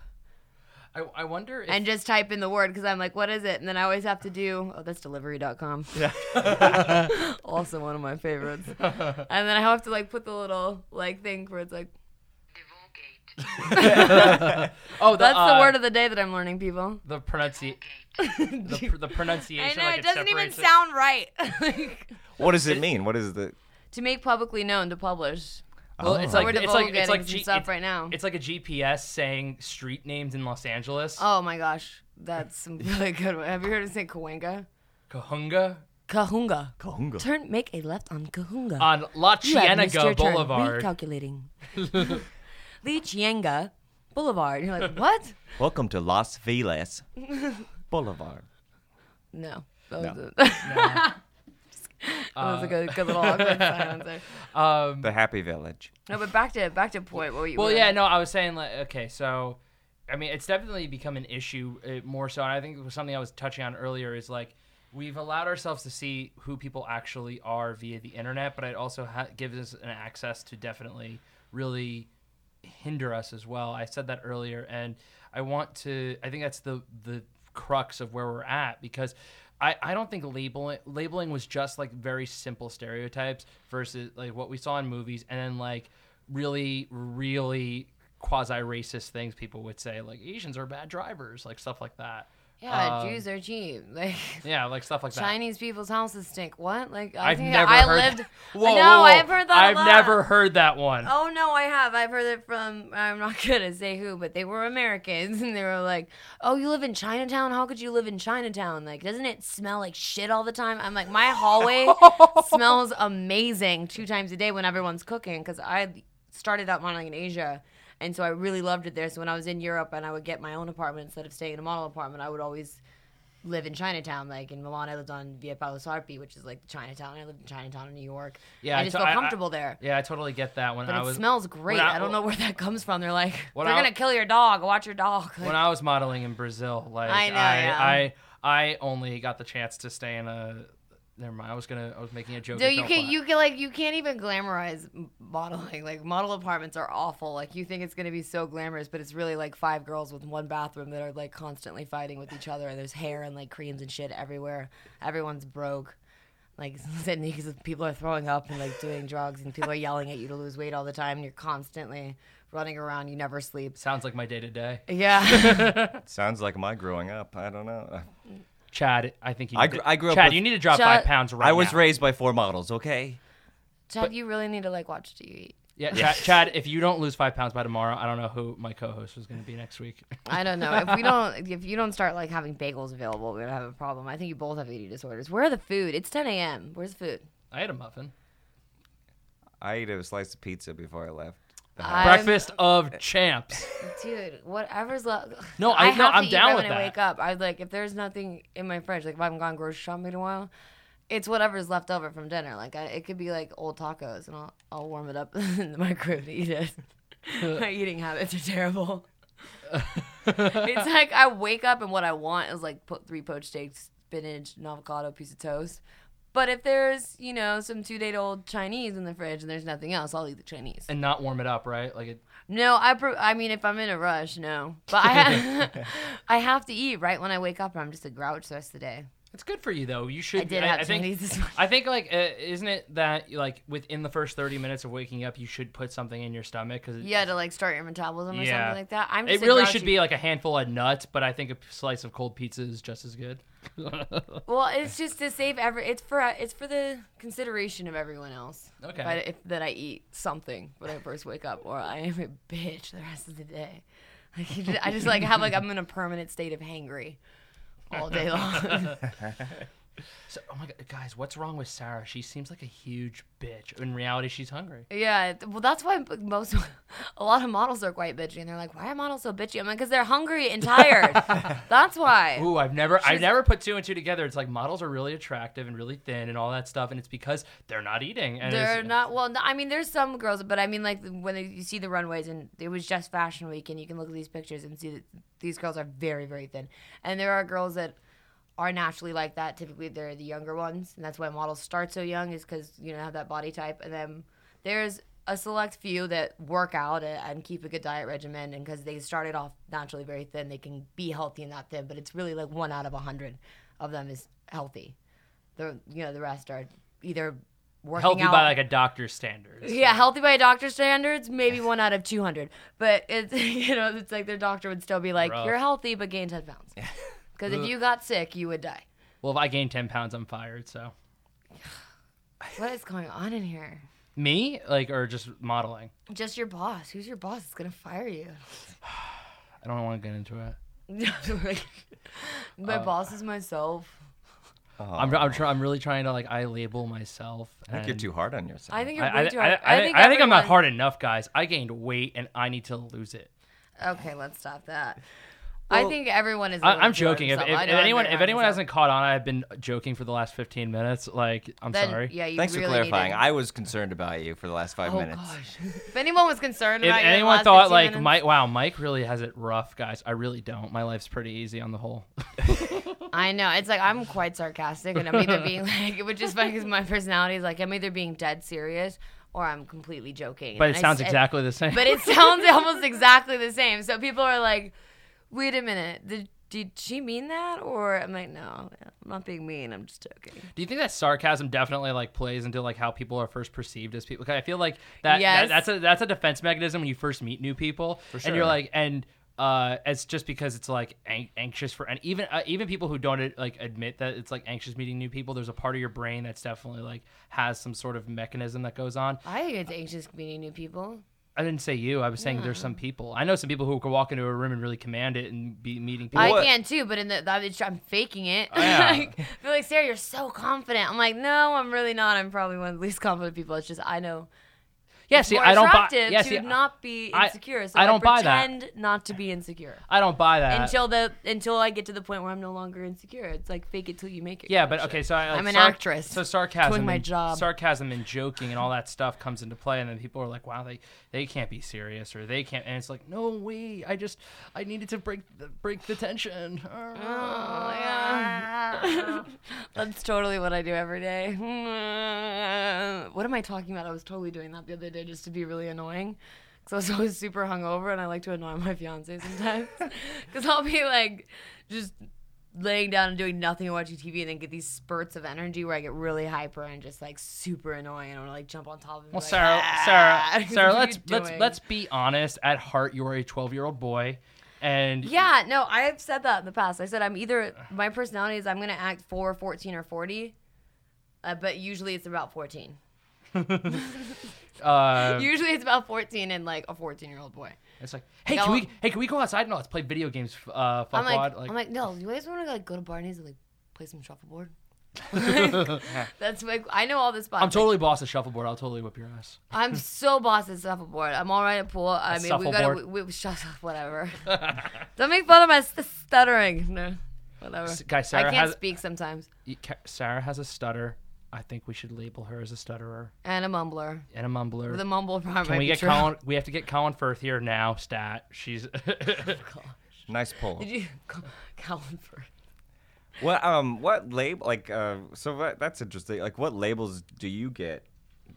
I, I wonder if
and just type in the word because I'm like, what is it? And then I always have to do oh, that's delivery.com. [laughs] also one of my favorites. And then I have to like put the little like thing where it's like
oh the,
that's
uh,
the word of the day that I'm learning, people.
the
[laughs]
pronunci- the, pr- the pronunciation.
I know
like
it doesn't even
separates
sound right. [laughs] Like,
what does it mean? What is the?
to make publicly known, to publish.
Well, it's like
We're
it's like it's
divulgating
like
some stuff
it's-
right now.
It's like a GPS saying street names in Los Angeles.
Oh my gosh, that's [laughs] some really good one. Have you heard of say Cahuenga?
Cahunga
Kahunga.
Kahunga.
Turn, make a left on Kahunga.
on La
You have missed your
Cienega
turn.
Boulevard.
Recalculating.
[laughs]
Lichienga Boulevard. You're like, what?
Welcome to Las Vegas
[laughs]
Boulevard.
No. That was, a, [laughs] that was a good, good little
Uh, [laughs]
awkward silence there.
Um,
The Happy Village.
No, but back to back to point. What were you?
Well,
were-
yeah, no, I was saying like okay, so I mean, it's definitely become an issue uh, more so. And I think it was something I was touching on earlier is like we've allowed ourselves to see who people actually are via the internet, but it also ha- gives us an access to definitely really hinder us as well. I said that earlier, and I want to. I think that's the the crux of where we're at because I I don't think labeling labeling was just like very simple stereotypes versus like what we saw in movies, and then like really really quasi racist things people would say like Asians are bad drivers, like stuff like that.
Yeah,
Um,
Jews are cheap. [laughs] Like
Yeah, like stuff like that.
Chinese people's houses stink. What? Like I
I've
think
never
I
heard.
lived.
[laughs] Whoa, whoa,
no,
whoa.
I've heard that. a
I've
lot.
never heard that one.
Oh no, I have. I've heard it from I'm not [laughs] gonna say who, but they were Americans [laughs] and they were like, "Oh, you live in Chinatown? How could you live in Chinatown? Like, doesn't it smell like shit all the time?" I'm like, my
[laughs]
hallway
Oh.
smells amazing two times a day when everyone's cooking because I started out modeling in Asia. And so I really loved it there. So when I was in Europe and I would get my own apartment instead of staying in a model apartment, I would always live in Chinatown. Like in Milan, I lived on Via Paolo Sarpi, which is like Chinatown. I lived in Chinatown in New York.
Yeah,
I
I
just
to- I-
felt
I-
comfortable there.
Yeah, I totally get that. When
But
I
it
was
smells great.
I-
I, don't know where that comes from. They're like,
When
they're
I-
gonna kill your dog. Watch your dog.
when I was modeling in Brazil, like I
I know, yeah.
I, I only got the chance to stay in a. Never mind. I was gonna. I was making a joke.
Dude,
it
you
fell
can
flat.
you can like you can't even glamorize m- modeling. Like model apartments are awful. Like you think it's gonna be so glamorous, but it's really like five girls with one bathroom that are like constantly fighting with each other. And there's hair and like creams and shit everywhere. Everyone's broke. Like [laughs] Sydney, because people are throwing up and like doing drugs, and people are yelling at you to lose weight all the time. And you're constantly running around. You never sleep.
Sounds like my day to day. [laughs]
Yeah.
Sounds like my growing up. I don't know.
Chad, I think you. Need
I
to-
gr- I grew up
Chad,
with-
you need to drop
Chad-
five pounds right
I was
now.
raised by four models. Okay.
Chad, you really need to like watch what you eat.
Yeah,
[laughs]
Chad, Chad, if you don't lose five pounds by tomorrow, I don't know who my co-host is going to be next week. [laughs]
I don't know. If we don't, [laughs] if you don't start like having bagels available, we're gonna have a problem. I think you both have eating disorders. Where are the food? It's 10 a.m. Where's the food?
I had a muffin.
I ate a slice of pizza before I left. the house.
I'm-
Breakfast
[laughs]
of champs. [laughs]
Dude, whatever's left.
No, I- no,
have
I'm
to eat
down
right
with
when
that.
I wake up. I like if there's nothing in my fridge, like if I haven't gone grocery shopping in a while, it's whatever's left over from dinner. Like I, it could be like old tacos, and I'll I'll warm it up [laughs] in the microwave to eat it. [laughs] my eating habits are terrible.
[laughs]
it's like I wake up and what I want is like put three poached eggs, spinach, an avocado, piece of toast. But if there's you know some two day old Chinese in the fridge and there's nothing else, I'll eat the Chinese.
and not warm it up, right? Like it,
No, I pro- I mean if I'm in a rush, no. But I ha-
[laughs]
I [laughs] have to eat right when I wake up, or I'm just a grouch the rest of the day.
it's good for you though. You should.
I did
I,
have
I think.
Chinese this [laughs] morning.
I think like uh, isn't it that like within the first thirty minutes of waking up, you should put something in your stomach because
Yeah, to like start your metabolism or
Yeah.
something like that. I'm.
It
Just a
really
grouchy-
should be like a handful of nuts, but I think a slice of cold pizza is just as good.
Well, it's just to save every. It's for it's for the consideration of everyone else.
Okay.
If I, if, that I eat something when I first wake up, or I am a bitch the rest of the day. Like you just, I just like have like I'm in a permanent state of hangry all day long. [laughs]
So, oh my god, guys, what's wrong with Sarah? She seems like a huge bitch. In reality, she's hungry.
Yeah, th- well, that's why b- most, a lot of models are quite bitchy, and they're like, "Why are models so bitchy?" I'm like, "Cause they're hungry and tired. that's why."
Ooh, I've never, I've never put two and two together. It's like models are really attractive and really thin and all that stuff, and it's because they're not eating. And it's-
They're not well. No, I mean, there's some girls, but I mean, like when you see the runways, and it was just Fashion Week, and you can look at these pictures and see that these girls are very, very thin. And there are girls that are naturally like that. Typically, they're the younger ones, and that's why models start so young, is because you know have that body type. And then there's a select few that work out a- and keep a good diet regimen, and because they started off naturally very thin, they can be healthy and not thin. But it's really like one out of a hundred of them is healthy. The you know the rest are either working
healthy
out
by like a doctor's standards.
yeah, healthy by doctor standards, maybe one out of 200. But it's, [laughs] you know, it's like their doctor would still be like,
Rough.
you're healthy, but gain 10 pounds. [laughs] Because if you got sick, you would die.
Well, if I gain ten pounds, I'm fired. So
What is going on in here?
me, like, or just modeling.
Just your boss. Who's your boss? It's going to fire you. [laughs]
I don't want to get into it. Uh,
my boss is myself.
I'm, I'm, try, I'm really trying to like I label myself.
I think you're
and-
too hard on yourself.
I think you're
I, I,
way too hard.
I- I think, I think I'm not
everyone-
hard enough, guys. I gained weight and I need to lose it.
Okay, let's stop that. I think everyone is. a
I,
little
I'm
too hard
joking. If,
on
if,
themselves. I
if
know I'm
anyone,
very
if
hard on
anyone
myself.
hasn't caught on, I've been joking for the last 15 minutes. Like, I'm
Then,
sorry.
Yeah, you
Thanks
really
for
need to-
clarifying. I was concerned about you for the last five
Oh
minutes.
gosh.
if anyone was concerned
If
about you in the
anyone
last
thought
15
like
minutes-
Mike, wow, Mike really has it rough, guys. I really don't. My life's pretty easy on the whole. [laughs]
I know. It's like I'm quite sarcastic, and I'm either [laughs] being like, which is funny because my personality is like I'm either being dead serious or I'm completely joking.
But
And
it
I
sounds
s-
exactly the same.
But it sounds almost exactly the same. So people are like, "Wait a minute, did did she mean that?" Or I'm like, "No, I'm not being mean. I'm just joking."
Do you think that sarcasm definitely like plays into like how people are first perceived as people? 'Cause I feel like that,
Yes.
that- that's a that's a defense mechanism when you first meet new people, and you're
sure.
like and. Uh, it's just because it's like an- anxious for and even uh, even people who don't uh, like admit that it's like anxious meeting new people. There's a part of your brain that's definitely like has some sort of mechanism that goes on.
I get anxious meeting new people.
I didn't say you. I was saying there's some people. I know some people who could walk into a room and really command it and be meeting people.
I
What?
can too, but in the that is- I'm faking it.
yeah.
[laughs] like, they're like, Sarah, you're so confident. I'm like, no, I'm really not. I'm probably one of the least confident people. It's just I know.
yeah,
It's
see,
more
I don't buy.
attractive
Yeah,
to
see,
not be
I-
insecure. so
I
I
don't buy that.
pretend not to be insecure
I don't buy that.
until the until I get to the point where I'm no longer insecure. It's like fake it till you make it.
Yeah,
kind
but
of
okay,
shit.
so I, like,
I'm an
sarc-
actress
So sarcasm,
doing my
and,
job.
sarcasm and joking and all that stuff comes into play, and then people are like, "Wow, they they can't be serious, or they can't." And it's like, "No way! I just I needed to break the, break the tension."
Oh, yeah. That's totally what I do every day. [laughs] What am I talking about? I was totally doing that the other day just to be really annoying. Because I was always super hungover and I like to annoy my
[laughs]
fiance sometimes. [laughs] Because I'll be like just laying down and doing nothing and watching TV and then get these spurts of energy where I get really hyper and just like super annoying and I want to like jump on top of it.
Well,
like,
Sarah,
"Ah,
Sarah,
[laughs] what
Sarah,
are
let's
you
let's
doing?"
let's be honest. At heart, you are a twelve year old boy, and
Yeah, no, I've said that in the past. I said I'm either my personality is I'm gonna act for 14 or 40, uh, but usually it's about 14. [laughs]
uh,
Usually it's about 14 and like a 14 year old boy.
it's like, hey,
No.
can we hey can we go outside? No, let's play video games. f- Uh,
I'm like, oh
fuckwad.
I'm like, no, you guys want to like go to Barney's and like play
[laughs]
some shuffleboard? [laughs] That's like I know all the spots.
I'm totally boss at shuffleboard. I'll totally whip your ass.
I'm so boss at shuffleboard. I'm all right at pool. I mean, we gotta
shuffleboard.
we, we, shut up,
[laughs]
whatever. [laughs] Don't make fun of my st- stuttering. No, whatever.
S- guy, Sarah
I can't
has-
speak sometimes.
You ca- Sarah has a stutter. I think we should label her as a stutterer
And a mumbler.
and a mumbler.
The mumble part might
Can we
be
get
true. [laughs]
Colin? We have to get Colin Firth here now. Stat. She's [laughs]
Nice pull.
Did you [laughs] call Colin Firth?
What um what label like uh so what, that's interesting. Like what labels do you get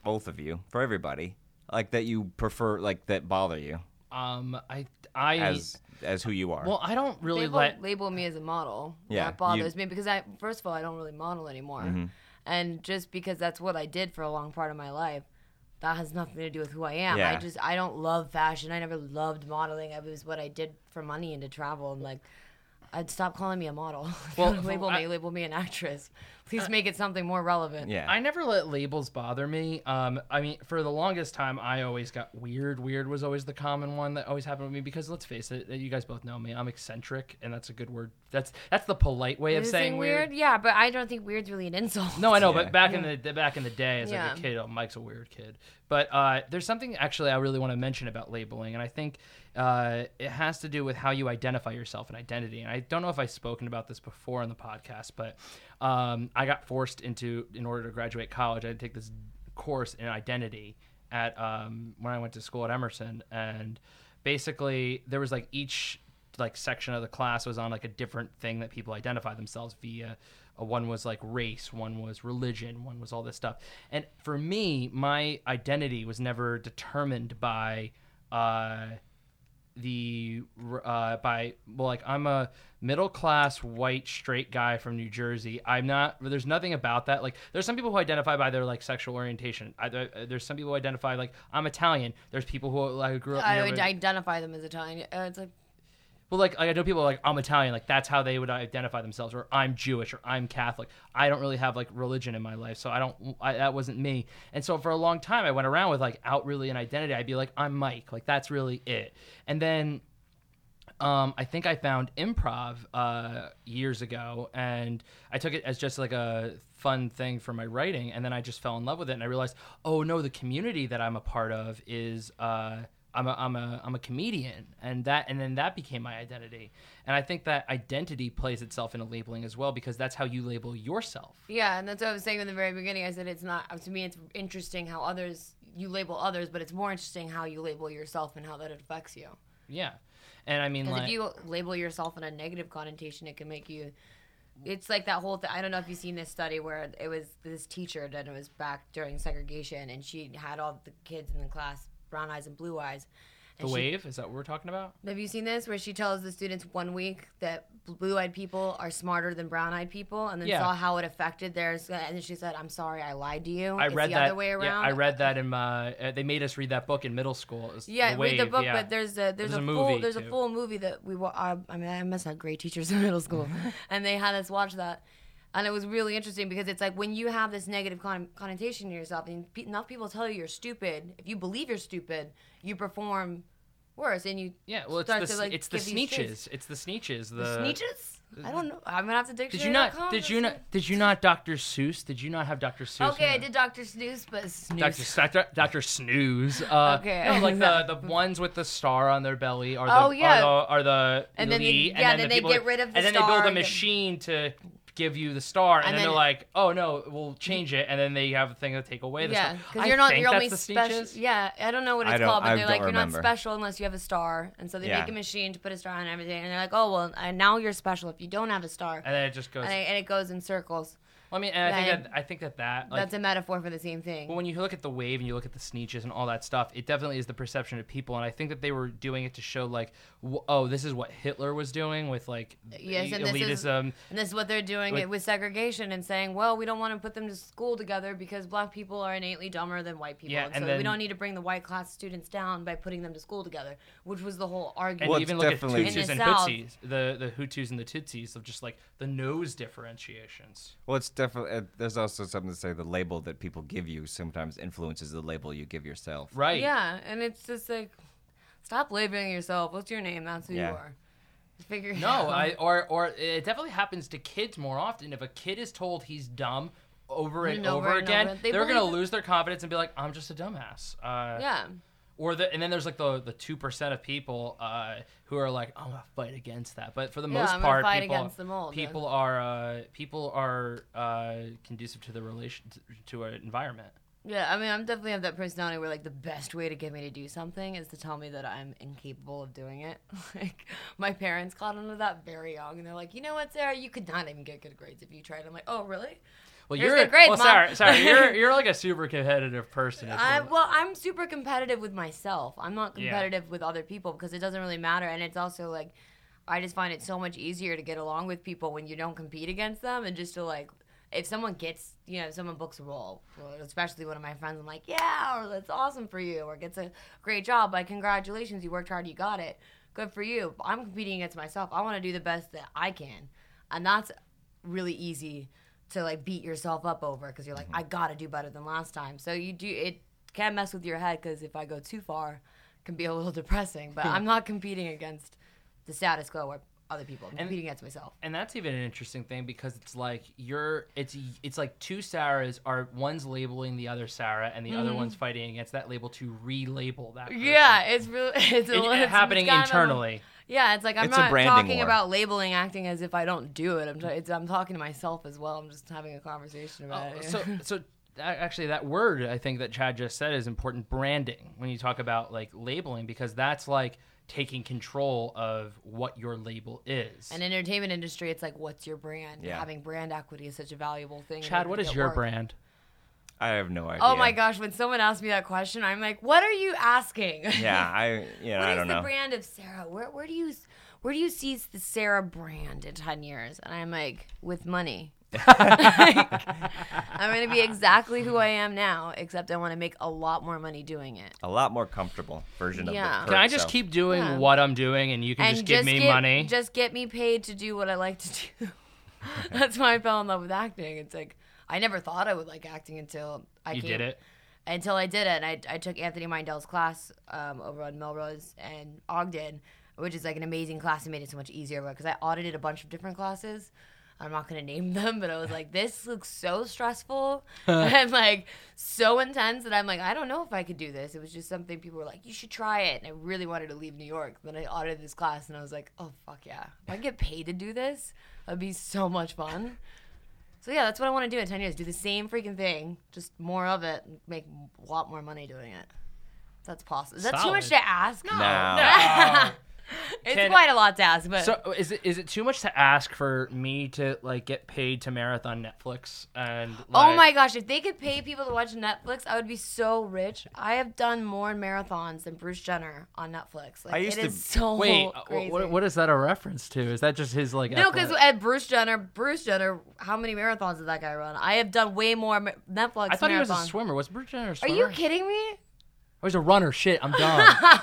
both of you for everybody? Like that you prefer like that bother you
um. I. I.
as as who you are.
well, I don't really
They
let.
won't label me as a model.
Yeah, you-
that bothers me because I first of all I don't really model anymore, and just because that's what I did for a long part of my life, that has nothing to do with who I am. I
Yeah.
just I don't love fashion. I never loved modeling. It was what I did for money and to travel and like. I'd stop calling me a model. [laughs]
Well,
Well, label
I-
me, label me an actress. Please make it something more relevant.
yeah.
I never let labels bother me. Um, I mean, for the longest time, I always got weird. Weird was always the common one that always happened with me because let's face it, you guys both know me. I'm eccentric, and that's a good word. That's that's the polite way of
Is it
saying weird.
yeah, but I don't think weird's really an insult.
No, I know,
Yeah.
but back in the, the- back in the day, as
Yeah.
like a kid, oh, Mike's a weird kid. But uh, there's something actually I really want to mention about labeling, and I think uh, it has to do with how you identify yourself and identity. And I don't know if I've spoken about this before on the podcast, but um, I got forced into in order to graduate college, I had to take this course in identity at um, when I went to school at Emerson, and basically there was like each like section of the class was on like a different thing that people identify themselves via. Uh, One was like race, one was religion, one was all this stuff. And for me, my identity was never determined by uh, the uh, by well, like I'm a middle class white straight guy from New Jersey. I'm not. There's nothing about that. Like there's some people who identify by their like sexual orientation. I, there- uh, there's some people who identify like I'm Italian. There's people who like grew up.
[laughs] I
near
would
a-
identify them as Italian. Uh, it's like,
well, like I know people are like I'm Italian, like that's how they would identify themselves, or I'm Jewish, or I'm Catholic. I don't really have like religion in my life, so I don't. I, that wasn't me. And so for a long time, I went around with like out really an identity. I'd be like I'm Mike, like that's really it. And then um, I think I found improv uh, years ago, and I took it as just like a fun thing for my writing, and then I just fell in love with it, and I realized, oh no, the community that I'm a part of is uh, I'm a I'm a I'm a comedian, and that and then that became my identity, and I think that identity plays itself into labeling as well because that's how you label yourself.
Yeah, and that's what I was saying in the very beginning. I said it's not to me. It's interesting how others you label others, but it's more interesting how you label yourself and how that affects you.
Yeah, and I mean
Because
like
if you label yourself in a negative connotation, it can make you. It's like that whole thing. I don't know if you've seen this study where it was this teacher that it was back during segregation, and she had all the kids in the class brown eyes and blue eyes.
the
and she-
wave is that what we're talking about?
Have you seen this where she tells the students one week that blue eyed people are smarter than brown eyed people and then
Yeah.
saw how it affected theirs? And then she said, I'm sorry, I lied to you.
I
it's
read
the
that.
other way
Yeah,
around.
I read that in my. Uh, they made us read that book in middle school. It was
Yeah,
The
read the
Wave,
book,
yeah.
but there's a there's,
There's
a,
a
full
movie,
there's
too.
a full movie that we wa- I, I mean I must have great teachers in [laughs]
[laughs]
middle school, and they had us watch that, and it was really interesting because it's like when you have this negative con- connotation to yourself, and pe- enough people tell you you're stupid. If you believe you're stupid, you perform worse, and you
Yeah, well, it's the,
start to,
s-
like,
it's the
give these traits.
sneeches. It's the sneeches. The,
Sneeches? I don't know. I'm gonna have to
Did
dictionary.
you not? Did you not? Did you not? Dr. Seuss? Did you not have Dr. Seuss?
Okay,
in
I
there?
did Dr. Snooze, but Snooze.
Dr. S- Dr. Dr. Snooze. Uh,
Okay.
no, like the,
[laughs]
the ones with the star on their belly are the
Oh, yeah.
are the, are the
And then they-
elite,
yeah,
and
then
the
they
people
get
that-
rid of the
and then
star
they build a
and then-
machine to give you the star, and,
And
then,
then-
they're like, oh no, we'll change it, and then they have a thing to take away the
yeah,
star.
because
I
you're not.
think
You're
that's
only
the
special.
sneeches.
Yeah, I don't know what
I
it's
don't-
called, but
I
they're like
don't
you're not
remember.
special unless you have a star, and so they
Yeah.
make a machine to put a star on everything, and they're like, oh well, I, now you're special if you don't have a star,
And then it just goes.
and, I, and it goes in circles.
I mean, and I think
then-
that I think that that like,
That's a metaphor for the same thing.
But when you look at the wave and you look at the sneeches and all that stuff, it definitely is the perception of people. And I think that they were doing it to show, like, w- oh, this is what Hitler was doing with, like,
Uh, Yes,
e-
and this is-
elitism.
and this is what they're doing
Like-
with segregation and saying, well, we don't want to put them to school together because black people are innately dumber than white people.
Yeah,
and
and
so we
then-
don't need to bring the white class students down by putting them to school together, which was the whole argument.
And
Well,
you even
it's
look at
definitely-
Tutsis
In
and
the South.
Tutsis, the, the Hutus and the Tutsis of just, like, the nose differentiations.
Well, it's definitely. Uh, there's also something to say. The label that people give you sometimes influences the label you give yourself.
Right.
Yeah, and it's just like, stop labeling yourself. What's your name? That's who
Yeah.
you are. Figure it
No,
out.
I or or it definitely happens to kids more often. If a kid is told he's dumb over and,
And
over,
over and
again,
over. They
they're gonna
believe it.
lose their confidence and be like, "I'm just a dumbass." Uh,
Yeah.
Or the and then there's like the the two percent of people uh, who are like, "I'm gonna fight against that," but for the
Yeah,
most
I'm gonna
part,
fight
people
against the mold.
people are uh, people are uh, conducive to the relation to, to an environment.
Yeah, I mean, I'm definitely have that personality where like the best way to get me to do something is to tell me that I'm incapable of doing it. [laughs] like my parents caught onto that very young, and they're like, you know what, Sarah, you could not even get good grades if you tried. I'm like, oh, really?
Well,
There's
you're
a great
well,
mom.
sorry,
[laughs]
sorry, you're you're like a super competitive person. if
I
you're-
well, I'm super competitive with myself. I'm not
Yeah.
competitive with other people because it doesn't really matter. And it's also like, I just find it so much easier to get along with people when you don't compete against them and just to like, if someone gets, you know, if someone books a role, well, especially one of my friends, I'm like, yeah, or that's awesome for you, or gets a great job, like congratulations, you worked hard, you got it, good for you. I'm competing against myself. I want to do the best that I can, and that's really easy to like beat yourself up over because you're like I gotta do better than last time. So you do it can mess with your head because if I go too far, it can be a little [laughs] depressing. But I'm not competing against the status quo or other people. I'm competing against myself.
and that's even an interesting thing because it's like you're it's it's like two Sarahs are one's labeling the other Sarah and the other one's fighting against that label to relabel that. person.
Mm-hmm. Yeah, [laughs] it's really it's, a
It-
little,
it
it's
happening
kind of a-
internally.
yeah, it's like I'm
It's a
not
branding
talking
war.
about labeling acting as if I don't do it. I'm t- it's, I'm talking to myself as well. I'm just having a conversation about it.
Oh,
[laughs]
so so that- actually that word I think that Chad just said is important branding when you talk about like labeling because that's like taking control of what your label is.
in entertainment industry, it's like, what's your brand?
Yeah.
Having brand equity is such a valuable thing.
Chad, what is your
brand?
brand?
I have no idea.
Oh my gosh, when someone asks me that question, I'm like, what are you asking?
Yeah, I you know
What
I
is
don't
the
know.
brand of Sarah? Where where do you where do you see the Sarah brand in ten years? And I'm like, with
[laughs]
money. [laughs] I'm gonna be exactly who I am now, except I want to make a lot more money doing it.
A lot more comfortable version
Yeah.
of the.
Can I
current
just
self.
keep doing
Yeah.
what I'm doing and you can just give me
get,
money?
Just get me paid to do what I like to do. [laughs] That's why I fell in love with acting. It's like I never thought I would like acting until I
you
came-
did it.
until I did it. And I, I took Anthony Mindell's class um, over on Melrose and Ogden, which is like an amazing class and made it so much easier because I audited a bunch of different classes. I'm not going to name [laughs] them, but I was like, this looks so stressful [laughs] and like so intense that I'm like, I don't know if I could do this. It was just something people were like, you should try it. And I really wanted to leave New York. Then I audited this class and I was like, oh, fuck yeah. If I get paid to do this, that'd be so much fun. So yeah, that's what I want to do in ten years. Do the same freaking thing, just more of it, and make a lot more money doing it. That's possible. Is that too much
Solid.
to ask? No,
No.
[laughs] it's
Can-
quite a lot to ask. But
So is it is it too much to ask for me to like get paid to marathon Netflix and
oh
like-
my gosh, if they could pay people to watch Netflix, I would be so rich. I have done more marathons than Bruce Jenner on Netflix. Like
I used
it
to-
is so
wait uh,
crazy.
what, what is that a reference to? Is that just his like
no,
athletic-
because at Bruce Jenner, Bruce Jenner, how many marathons did that guy run? I have done way more ma- Netflix.
I thought he was a
marathons.
swimmer. Was Bruce Jenner a
Are
swimmer?
you kidding me?
Or he's a runner. Shit, I'm dumb.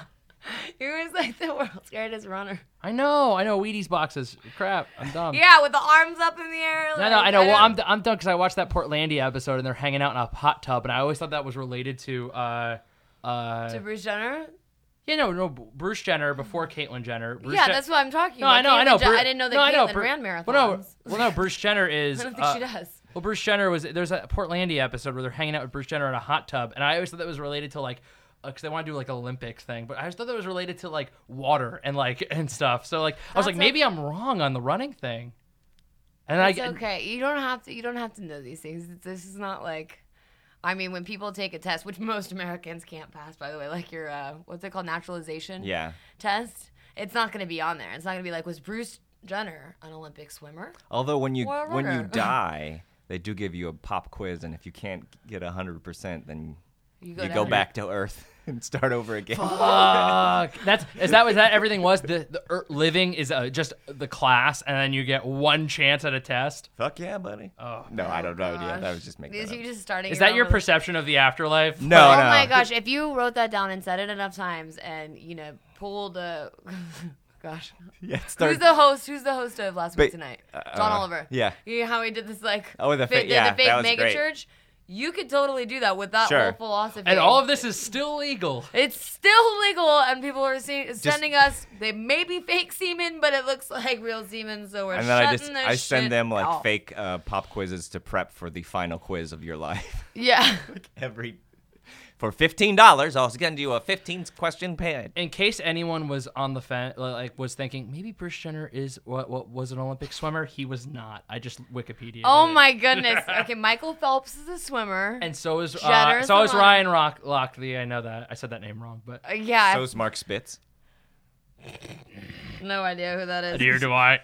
He was like the world's greatest runner.
I know, I know. Wheaties boxes. Crap, I'm dumb.
Yeah, with the arms up in the air.
No, no, I know. Well, I'm, I'm done because I watched that Portlandia episode and they're hanging out in a hot tub, and I always thought that was related to, uh, uh,
To Bruce Jenner.
yeah, no, no, Bruce Jenner before Caitlyn Jenner. Bruce
yeah,
Jen-
that's what I'm talking
No,
about.
I know, I know.
Caitlyn Jen-
Bru-
I didn't know that
no, I know.
Caitlyn
Bru-
ran marathons. [laughs]
Well, no, uh, well, no. Bruce Jenner is.
I don't think she does.
Well, Bruce Jenner was. There's a Portlandia episode where they're hanging out with Bruce Jenner in a hot tub, and I always thought that was related to like, because they want to do like Olympics thing, but I just thought that was related to like water and like [laughs] and stuff. So like, I was like,
That's
maybe I'm wrong on the running thing. And I
It's
get
okay. You don't have to. You don't have to know these things. It's- This is not like. I mean, when people take a test, which [laughs] most Americans can't pass, by the way, like your uh, what's it called, naturalization
Yeah.
test. It's not going to be on there. It's not going to be like was Bruce Jenner an Olympic swimmer?
Although when you
Well,
when
[laughs]
you
runner.
die, they do give you a pop quiz, and if you can't get hundred percent, then you go,
down there.
back to Earth [laughs] and start over again.
[laughs] fuck. That's is that was that everything was the the er, living is uh, just the class, and then you get one chance at a test.
Fuck yeah, buddy. Oh no, I don't know. Yeah, that was just making.
Is
That up.
you just starting?
Is that
own
your
rel-
perception of the afterlife?
no,
oh
no. [laughs]
my gosh, if you wrote that down and said it enough times and, you know, pulled a [laughs] gosh.
Yeah, it started.
Who's the host? Who's the host of Last Week
Ba-
Tonight?
uh,
John
uh,
Oliver.
yeah.
You know how he did this like
Oh, with the fa-
fake,
yeah,
the fake
that was
mega
great.
church? You could totally do that with that
Sure.
whole philosophy.
And all of this is still legal.
It's still legal, and people are see- sending us. They may be fake semen, but it looks like real semen. So we're
and then
shutting
I just
this
I send
shit
them like
off.
fake uh, pop quizzes to prep for the final quiz of your [laughs] life. [laughs]
[laughs] Yeah.
Every for fifteen dollars, I'll send you a fifteen question pad.
In case anyone was on the fence, like was thinking maybe Bruce Jenner is what what was an Olympic swimmer, he was not. I just Wikipedia.
Oh my goodness.
[laughs]
Okay, Michael Phelps is a swimmer.
And so is uh,
Jenner is
so
the
is
one.
Ryan Rock Lockley. I know that I said that name wrong, [laughs] but
Uh, yeah, I
So
have
is Mark Spitz.
no idea who that is.
dear do I.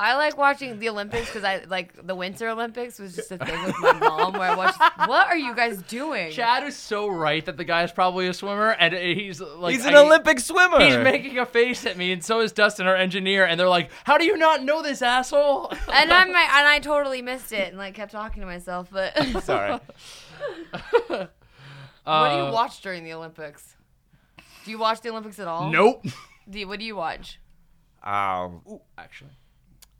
I like watching the Olympics because I like the Winter Olympics was just a thing with my mom where I watched. What are you guys doing?
[laughs] Chad is so right that the guy is probably a swimmer, and he's like
He's an
I-
Olympic swimmer.
He's making a face at me, and so is Dustin, our engineer, and they're like, "How do you not know this asshole?" [laughs]
And I'm like- and I totally missed it and like kept talking to myself.
[laughs]
But
[laughs]
[laughs]
Sorry.
what do
Uh,
you watch during the Olympics? Do you watch the Olympics at all?
Nope.
Do you, what do you watch?
Um,
Actually.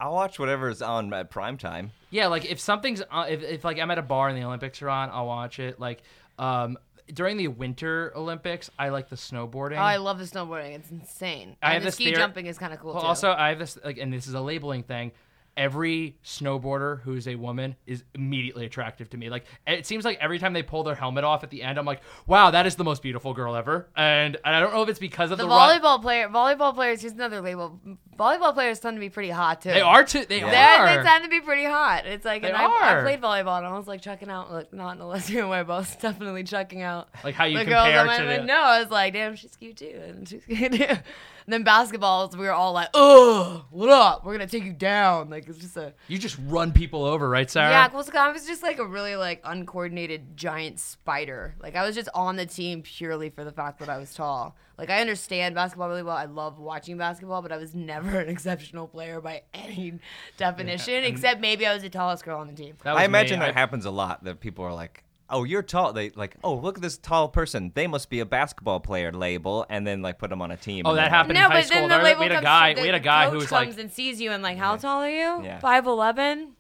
I'll watch whatever's on at prime time.
Yeah, like if something's uh, if, if like I'm at a bar and the Olympics are on, I'll watch it. Like um during the Winter Olympics, I like the snowboarding.
Oh, I love the snowboarding. It's insane.
I
and
have
the
this
ski
theory-
jumping is kind of cool
Well,
too.
also I have this like, and this is a labeling thing. Every snowboarder who's a woman is immediately attractive to me. Like it seems like every time they pull their helmet off at the end, I'm like, wow, that is the most beautiful girl ever. And, and I don't know if it's because of
the
the, rock-
volleyball player, volleyball players. Here's another label. Volleyball players tend to be pretty hot too.
They are too. They
They,
are.
they tend to be pretty hot. It's like,
They
and I, I
are.
played volleyball and I was like checking out, like not in a [laughs] lesbian way, but I was definitely checking out
Like how you
the girls
compare
on my
to the-
no, I was like, damn, she's cute too, and she's [laughs] cute too. And then basketballs, we were all like, ugh, what up? We're gonna take you down. Like it's just a
You just run people over, right, Sarah?
yeah. Well, so I was just like a really like uncoordinated giant spider. Like I was just on the team purely for the fact that I was tall. Like I understand basketball really well. I love watching basketball, but I was [laughs] never an exceptional player by any definition. Except maybe I was the tallest girl on the team.
That was
I imagine
me.
that happens a lot. That people are like, "Oh, you're tall." They like, "Oh, look at this tall person. They must be a basketball player." Label, and then like put them on a team.
Oh,
and
that
then,
happened in high school. There- we had a
comes-
guy.
the
we had a guy
coach
who was like,
comes and sees you and like, how tall are you?
Yeah.
Five eleven,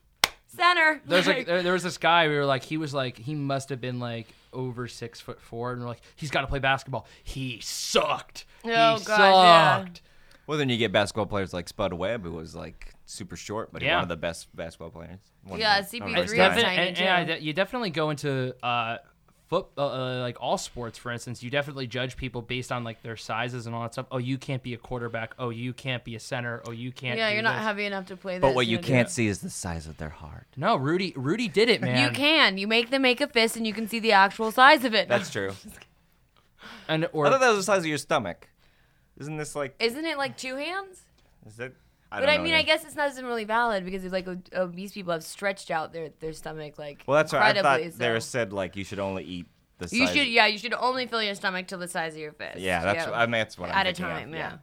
center.
there's like
Like,
there, there was this guy. We were like, he was like, he must have been like over six foot four, and we're like, he's got to play basketball. He sucked. he
Oh, God, yeah.
sucked.
Well, then you get basketball players like Spud Webb, who was like super short, but he's
Yeah.
one of the best basketball players. One
Yeah,
of the-
CP3
one of
It's
the
Three
best
was
defi-
guys.
tiny,
and- and I
too.
de- you definitely go into uh, foot uh, uh, like all sports, for instance. You definitely judge people based on like their sizes and all that stuff. Oh, you can't be a quarterback. Oh, you can't be a center. Oh, you can't.
yeah,
do
you're not
this.
heavy enough to play.
But
this,
what you
know,
can't see is the size of their heart.
No, Rudy. Rudy did it, man.
[laughs] You can. You make them make a fist, and you can see the actual size of
[laughs]
it.
That's true.
And or
I thought that was the size of your stomach. Isn't this like?
Isn't it like two hands?
Is that? I
But
don't
I
know
mean,
either.
I guess it's not isn't really valid because it's like o- obese people have stretched out their, their stomach like
Well, that's right. I
incredibly.
thought
so.
there said like you should only eat the. Size.
you should yeah you should only fill your stomach to the size of your fist.
Yeah, that's. I mean, that's what I'm
at a
thinking of,
time. Yeah.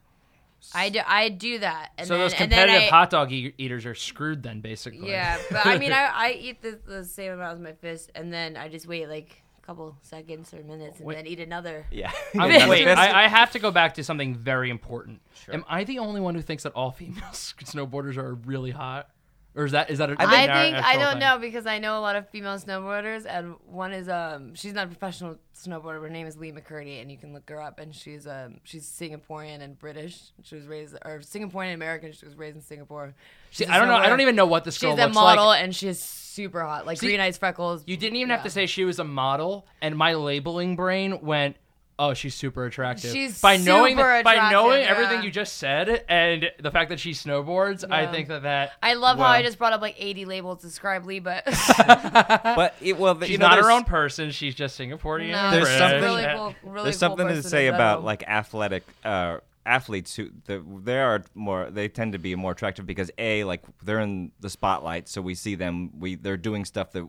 I do I do that. And
so
then,
those
and then
competitive
I-
hot dog e- eaters are screwed then, basically.
Yeah,
[laughs]
but I
[laughs]
mean, I, I eat the, the same amount as my fist, and then I just wait like a couple seconds or minutes, and
Wait.
then eat another.
Yeah. [laughs]
I'm-
Yeah,
wait,
that's-
I, I have to go back to something very important. Am I the only one who thinks that all female [laughs] snowboarders are really hot, or is that is that? A,
I
I
an
think I
actual
don't
thing?
know because I know a lot of female snowboarders, and one is um she's not a professional snowboarder. but Her name is Lee McCurdy, and you can look her up. And she's um she's Singaporean and British. She was raised or Singaporean and American. She was raised in Singapore.
See,
She's a
I don't know. I
snowboarder.
don't even know what this girl
She's a
looks
model,
like.
and she is super hot, like
See,
green eyes, freckles.
You didn't even have to
Yeah.
say she was a model, and my labeling brain went. Oh, she's super attractive.
She's
by knowing
super
that- by knowing
attractive,
everything
yeah.
you just said and the fact that she snowboards, I
Yeah.
think that that
I love how I
Wow.
just brought up like 80 labels to describe Lee, but
[laughs]
[laughs]
But it, well,
she's
you know,
not her
there's-
own person. She's just Singaporean.
no,
There's
British.
she's
something-
really cool, really
There's
cool
something to
person in
say about
general.
like athletic uh, athletes who the, they are more they tend to be more attractive because a like they're in the spotlight, so we see them. We they're doing stuff that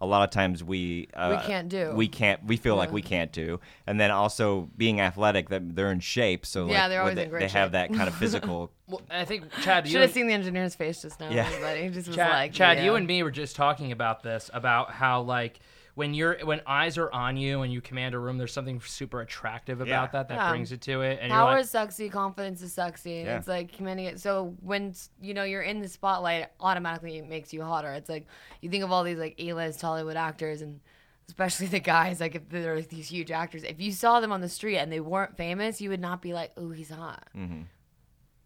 a lot of times we uh,
can't do.
We can't. We feel like we can't do. And then also being athletic, that they're in shape, so
Yeah,
like,
they're
what
always
they,
in great
they have
shape.
that
[laughs]
kind of physical.
Well, I think Chad, you
Should have seen the engineer's face just now.
Yeah.
Everybody just was
Chad,
like,
Chad,
yeah.
you and me were just talking about this about how like when you're when eyes are on you and you command a room, there's something super attractive about
Yeah.
that that
Yeah.
brings it to it. And you're
Power
like,
is sexy, confidence is sexy. and
Yeah.
It's like commanding it. So when you know you're in the spotlight, it automatically makes you hotter. It's like you think of all these like A-list Hollywood actors, and especially [laughs] the guys. Like if they're like, these huge actors, if you saw them on the street and they weren't famous, you would not be like, "Oh, he's hot."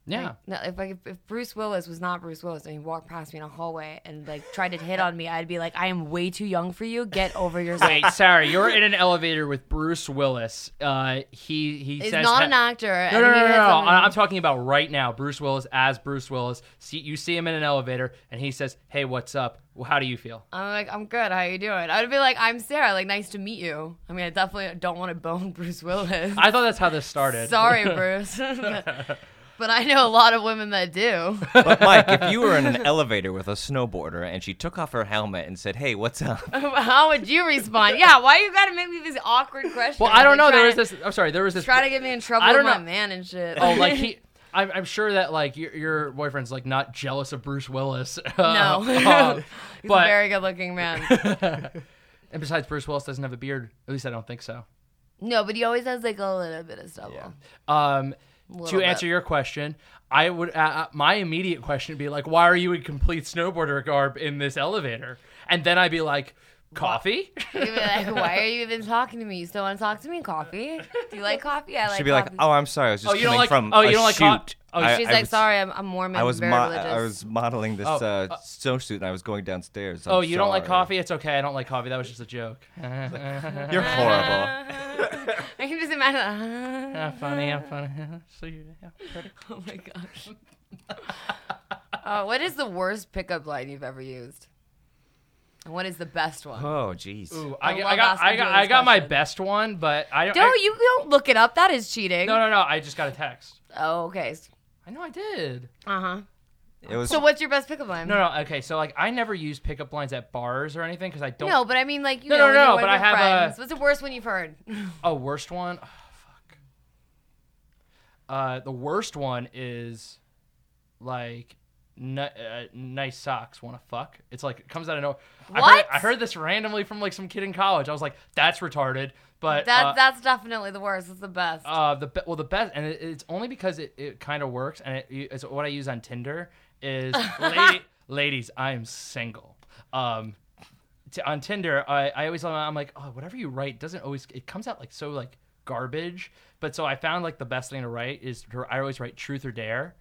yeah,
Like, no, if like if Bruce Willis was not Bruce Willis and he walked past me in a hallway and like tried to hit on me, I'd be like, "I am way too young for you. Get over yourself."
Wait, sorry. You're in an elevator with Bruce Willis. Uh, he he
He's
says
not
he-
an actor.
No, no, no, no, no. I- I'm talking about right now. Bruce Willis as Bruce Willis. See, you see him in an elevator, and he says, "Hey, what's up? Well, how do you feel?"
I'm like, I'm good. How you doing? I'd be like, I'm Sarah. Like, nice to meet you. I mean, I definitely don't want to bone [laughs] Bruce Willis.
I thought that's how this started.
[laughs]
[laughs]
Sorry, Bruce. but I know a lot of women that do. [laughs]
But Mike, if you were in an elevator with a snowboarder and she took off her helmet and said, "Hey, what's up?"
Oh,
How would you respond? Yeah, why you gotta make me this awkward question?
Well, I don't
Like,
know. There
try
was
to-
this. I'm sorry. There was this.
Try to get me in trouble
I
with
don't
my
know.
man and shit.
oh, like he. I'm, I'm sure that like your, your boyfriend's like not jealous of Bruce Willis.
[laughs]
[laughs]
[laughs] No.
Um,
He's
but
a very good
[laughs]
looking man.
and besides, Bruce Willis doesn't have a beard. At least I don't think so.
no, but he always has like a little bit of stubble.
Um, to
Little
answer your question, I would uh, uh, my immediate question would be like, why are you in complete snowboarder garb in this elevator? And then I'd be like, coffee.
You'd be like, why are you even talking to me? You still wanna talk to me? Coffee? Do you like coffee? I like
She'd be like,
coffee.
"Oh, I'm sorry, I was just
Oh, you don't
coming
like-
from
oh,
a
you don't like co-
shoot."
oh,
I-
She's
I
like,
was-
sorry, I'm, I'm Mormon.
I was
very
mo-
religious.
I was modeling this
Oh,
uh,
uh,
snowsuit and I was going downstairs.
[laughs]
I'm
Oh, you don't like
sorry.
coffee? It's okay. I don't like coffee. That was just a joke. [laughs]
You're horrible.
I can just imagine.
Ah, funny. I'm funny. [laughs] so you, yeah, pretty.
[laughs] Oh my gosh.
[laughs]
uh, what is the worst pickup line you've ever used? And what is the best one?
Oh, jeez.
Ooh, I,
I
g-
love
I got,
asking
I got,
people
I
this
got my
question.
best one, but I don't.
Don't
I-
you don't look it up. That is cheating.
No, no, no. I just got a text.
Oh, okay.
I know I did.
Uh huh.
It was
So what's your best pickup line?
No, no. Okay, so like I never use pickup lines at bars or anything because I don't.
No, but I mean, like you
No, no,
know, when you're
no,
one
but
of
I
your
have a-
friends. What's the worst one you've heard?
Oh, worst one. Oh, fuck. Uh, the worst one is like ni- uh, nice socks. Want to fuck? It's like it comes out of nowhere. I heard,
What?
I heard this randomly from like some kid in college. I was like, that's retarded. But
That
uh,
that's definitely the worst. It's the best.
uh, the be- well, the best, and it, it's only because it, it kind of works, and it, it's what I use on Tinder
[laughs]
is lady, ladies, I am single. Um, t- on Tinder, I, I always I'm like, oh, whatever you write doesn't always it comes out like so like garbage. But so I found like the best thing to write is to- I always write truth or dare,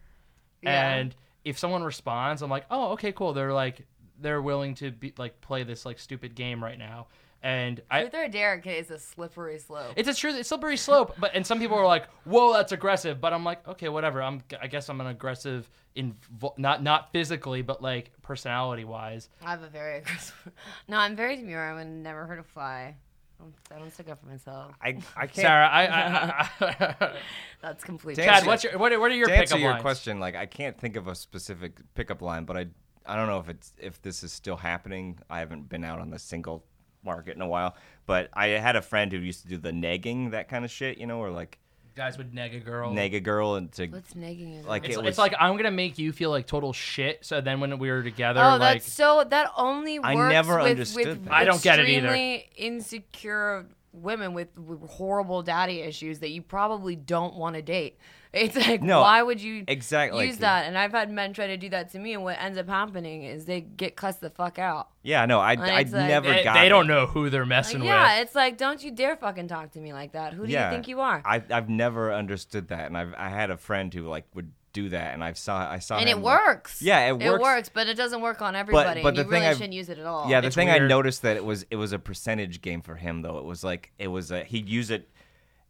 Yeah.
and if someone responds, I'm like, oh, okay, cool. They're like they're willing to be like play this like stupid game right now, and I
Truth or Derek is a slippery slope.
it's a truth. It's slippery slope. But and some people are like, "Whoa, that's aggressive." But I'm like, okay, whatever. I'm. I guess I'm an aggressive in not not physically, but like personality wise.
I have a very [laughs] aggressive. No, I'm very demure. I would never hurt a fly. I'm- I don't stick up for myself.
I, I can't
Sarah, I.
[laughs]
I, I, I
That's complete.
Damn.
Chad, what's your what, are- what are your
to
pickup
answer your
lines?
question. Like, I can't think of a specific pickup line, but I I don't know if it's if this is still happening. I haven't been out on the single market in a while, but I had a friend who used to do the negging that kind of shit, you know, or like
Guys would neg a girl.
neg a girl and to
What's nagging you?
like
It's,
it
it's
was
like I'm gonna make you feel like total shit. So then when we were together,
oh,
like
that's so. That only works.
I never
with,
understood
with
that.
I don't get it either.
extremely Insecure women with, with horrible daddy issues that you probably don't want to date. It's like,
No,
why would you
exactly.
use that? And I've had men try to do that to me, and what ends up happening is they get cussed the fuck out.
yeah, no, I
Like,
I
it's like-
never
they,
got
eh, they
it.
don't know who they're
Like,
messing
yeah,
with.
it's like, don't you dare fucking talk to me like that. Who do you think you are?
I I've never understood that, and I've I had a friend who like would do that, and I saw I saw
and
him,
it
like-
works.
Yeah, it
It
works.
works, but it doesn't work on everybody.
but
and
the
you
thing
really
I've-
shouldn't use it at all.
Yeah, the
It's
thing I
weird.
noticed that it was it was a percentage game for him though. It was like it was a he'd use it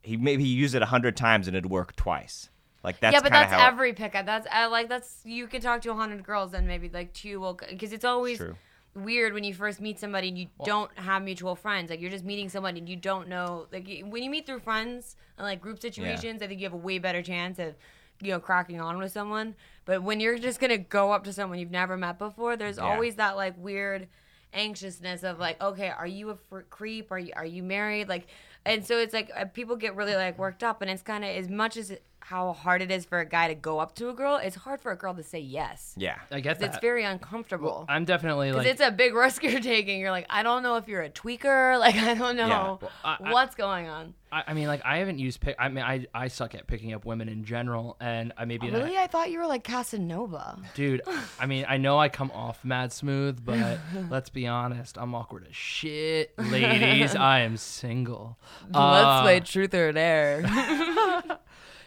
he maybe he used it a hundred times and it'd work twice. Like that's
yeah, but
kinda
that's
how it-
every pickup. That's I like that's you can talk to a hundred girls and maybe like two will because it's always
True.
weird when you first meet somebody and you don't have mutual friends. Like you're just meeting someone and you don't know. Like y- when you meet through friends and like group situations, I think you have a way better chance of you know cracking on with someone. But when you're just gonna go up to someone you've never met before, there's
Yeah.
always that like weird anxiousness of like okay are you a fr- creep are you are you married like and so it's like uh, people get really like worked up and it's kind of as much as how hard it is for a guy to go up to a girl, it's hard for a girl to say yes.
Yeah.
I get
'Cause
that.
It's very uncomfortable.
I'm definitely
Because
like
it's a big risk you're taking. You're like, I don't know if you're a tweaker. [laughs] Like, I don't know
Well,
I- I-
what's going on.
I, I mean like I haven't used pick I mean I I suck at picking up women in general and I maybe
Oh, Really? I thought you were like Casanova.
dude I mean I know I come off mad smooth
[laughs]
but let's be honest I'm awkward as shit ladies I am single Uh,
[laughs] Let's play truth or [laughs] dare.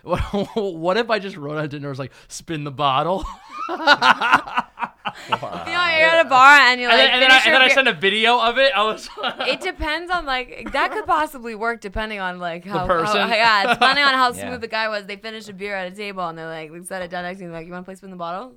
what, [laughs] what if I just wrote on Tinder was like spin the bottle
you know, you're at a bar and you're
and,
[laughs] like,
then, and, then I,
finish
and
your
then I
beer-
send a video of it I was [laughs]
it depends on like that could possibly work depending on like how,
person.
how yeah, it's
[laughs]
depending on how
Yeah.
smooth the guy was. They finished a beer at a table and they're like, they set it down next to me like, you want to play spin the bottle?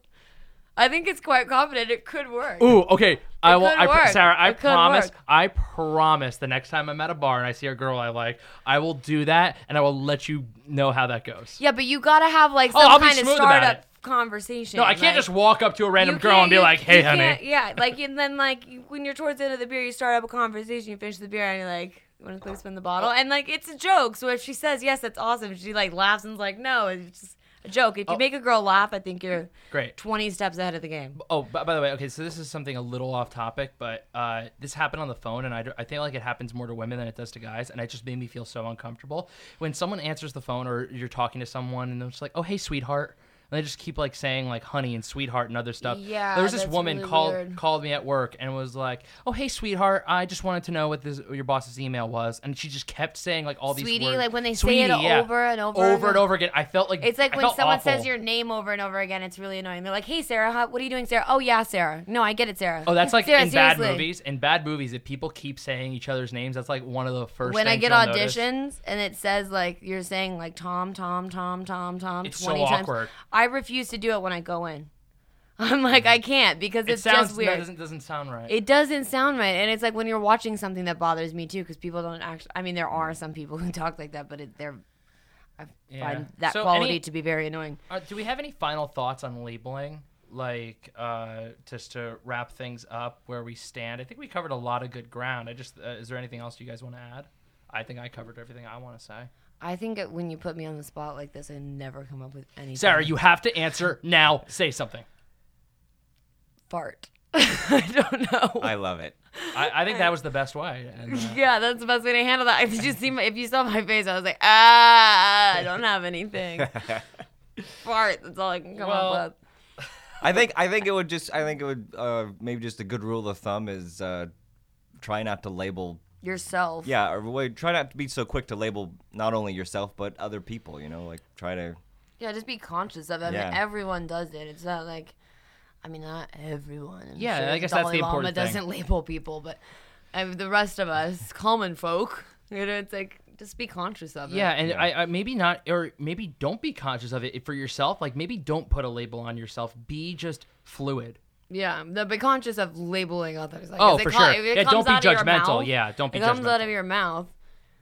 I think it's quite confident it could work.
Ooh, okay. I will.
could
I, pr-
work.
Sarah, I
It could
promise.
work.
I promise. The next time I'm at a bar and I see a girl I like, I will do that, and I will let you know how that goes.
Yeah, but you gotta have like some
Oh, I'll be
kind of
smooth about
startup
it.
conversation.
No, I can't
like-
just walk up to a random
You
girl
can't-
and be
you-
like, "Hey,
you can't-
honey."
Yeah, like and then like you- when you're towards the end of the beer, you start up a conversation, you finish the beer, and you're like, "You want to play spin the bottle?" And like it's a joke. So if she says yes, that's awesome. If she like laughs and's like, "No," it's just a joke.
Oh.
If you make a girl laugh, I think you're
Great.
20 steps ahead of the game.
Oh, by, by the way, okay. So this is something a little off topic, but uh, this happened on the phone, and I, d- I think like it happens more to women than it does to guys, and it just made me feel so uncomfortable when someone answers the phone or you're talking to someone and they're just like, "Oh, hey, sweetheart." And they just keep like saying like honey and sweetheart and other stuff.
Yeah,
there was this
that's
woman
really
called
weird.
called me at work and was like, "Oh hey sweetheart, I just wanted to know what this your boss's email was," and she just kept saying like all these
Sweetie,
words.
like, when they say it over and over and
over and
o-
over again. I felt like
It's like
I
when
felt
someone
awful.
says your name over and over again, it's really annoying. They're like, "Hey, Sarah, how, what are you doing, Sarah?" "Oh yeah, Sarah." No, I get it, Sarah.
Oh, that's like
Sarah,
in bad
seriously.
movies. In bad movies, if people keep saying each other's names, that's like one of the first.
when I
things
get
you'll notice.
auditions and it says like you're saying like Tom, Tom, Tom, Tom, Tom
It's so
twenty times,
awkward.
I refuse to do it when I go in. [laughs] I'm like I can't because
Mm-hmm. it
it's
sounds
just
no, it
weird.
doesn't doesn't sound right.
it doesn't sound right, and it's like when you're watching something that bothers me too because people don't actually. I mean, there are some people who [laughs] talk like that, but it, they're
Yeah.
find that
So
quality
any-
to be very annoying.
Uh, do we have any final thoughts on labeling? Like, uh, just to wrap things up, where we stand. I think we covered a lot of good ground. I just, uh, is there anything else you guys want to add? I think I covered everything I want to say.
I think it, when you put me on the spot like this, I never come up with anything.
Sarah, you have to answer now. Say something.
fart. [laughs] I don't know.
I love it. [laughs]
I, I think that was the best way. And, uh,
[laughs] Yeah, that's the best way to handle that. If you just see my, if you saw my face, I was like, ah, I don't
[laughs]
have anything. Fart. That's all I can come
Well-
up with.
I think I think it would just I think it would uh, maybe just a good rule of thumb is uh, try not to label
Yourself.
yeah or wait, try not to be so quick to label not only yourself but other people you know like try to
Yeah. Just be conscious of it. I mean,
Yeah.
everyone does it. It's not like, I mean, not everyone. I'm
Yeah,
sure
I guess that's the
Dalai Lama
important thing.
doesn't label people, but um, the rest of us, common folk, you know, it's like just be conscious of it.
Yeah, and I, I maybe not, or maybe don't be conscious of it for yourself. Like maybe don't put a label on yourself. Be just fluid.
Yeah, the, be conscious of labeling others. Like,
Oh,
if it
for
com-
sure.
if it
Yeah,
comes
don't be
out of your
judgmental.
mouth-
Yeah, don't be
It comes out
judgmental.
of your mouth,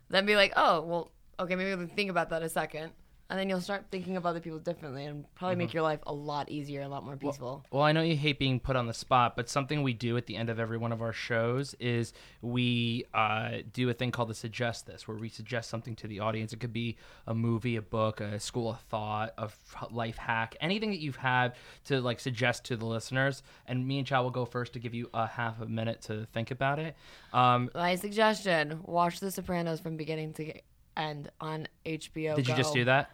then be like, oh, well, okay, maybe we can think about that a second, and then you'll start thinking of other people differently, and probably make your life a lot easier, a lot more peaceful.
Mm-hmm. Well, I know you hate being put on the spot, but something we do at the end of every one of our shows is we uh, do a thing called the suggest this, where we suggest something to the audience. It could be a movie, a book, a school of thought, a f- life hack, anything that you've had to like suggest to the listeners. And me and Chow will go first to give you a half a minute to think about it. Um,
My suggestion: watch The Sopranos from beginning to end on HBO.
did you just
Go.
do that?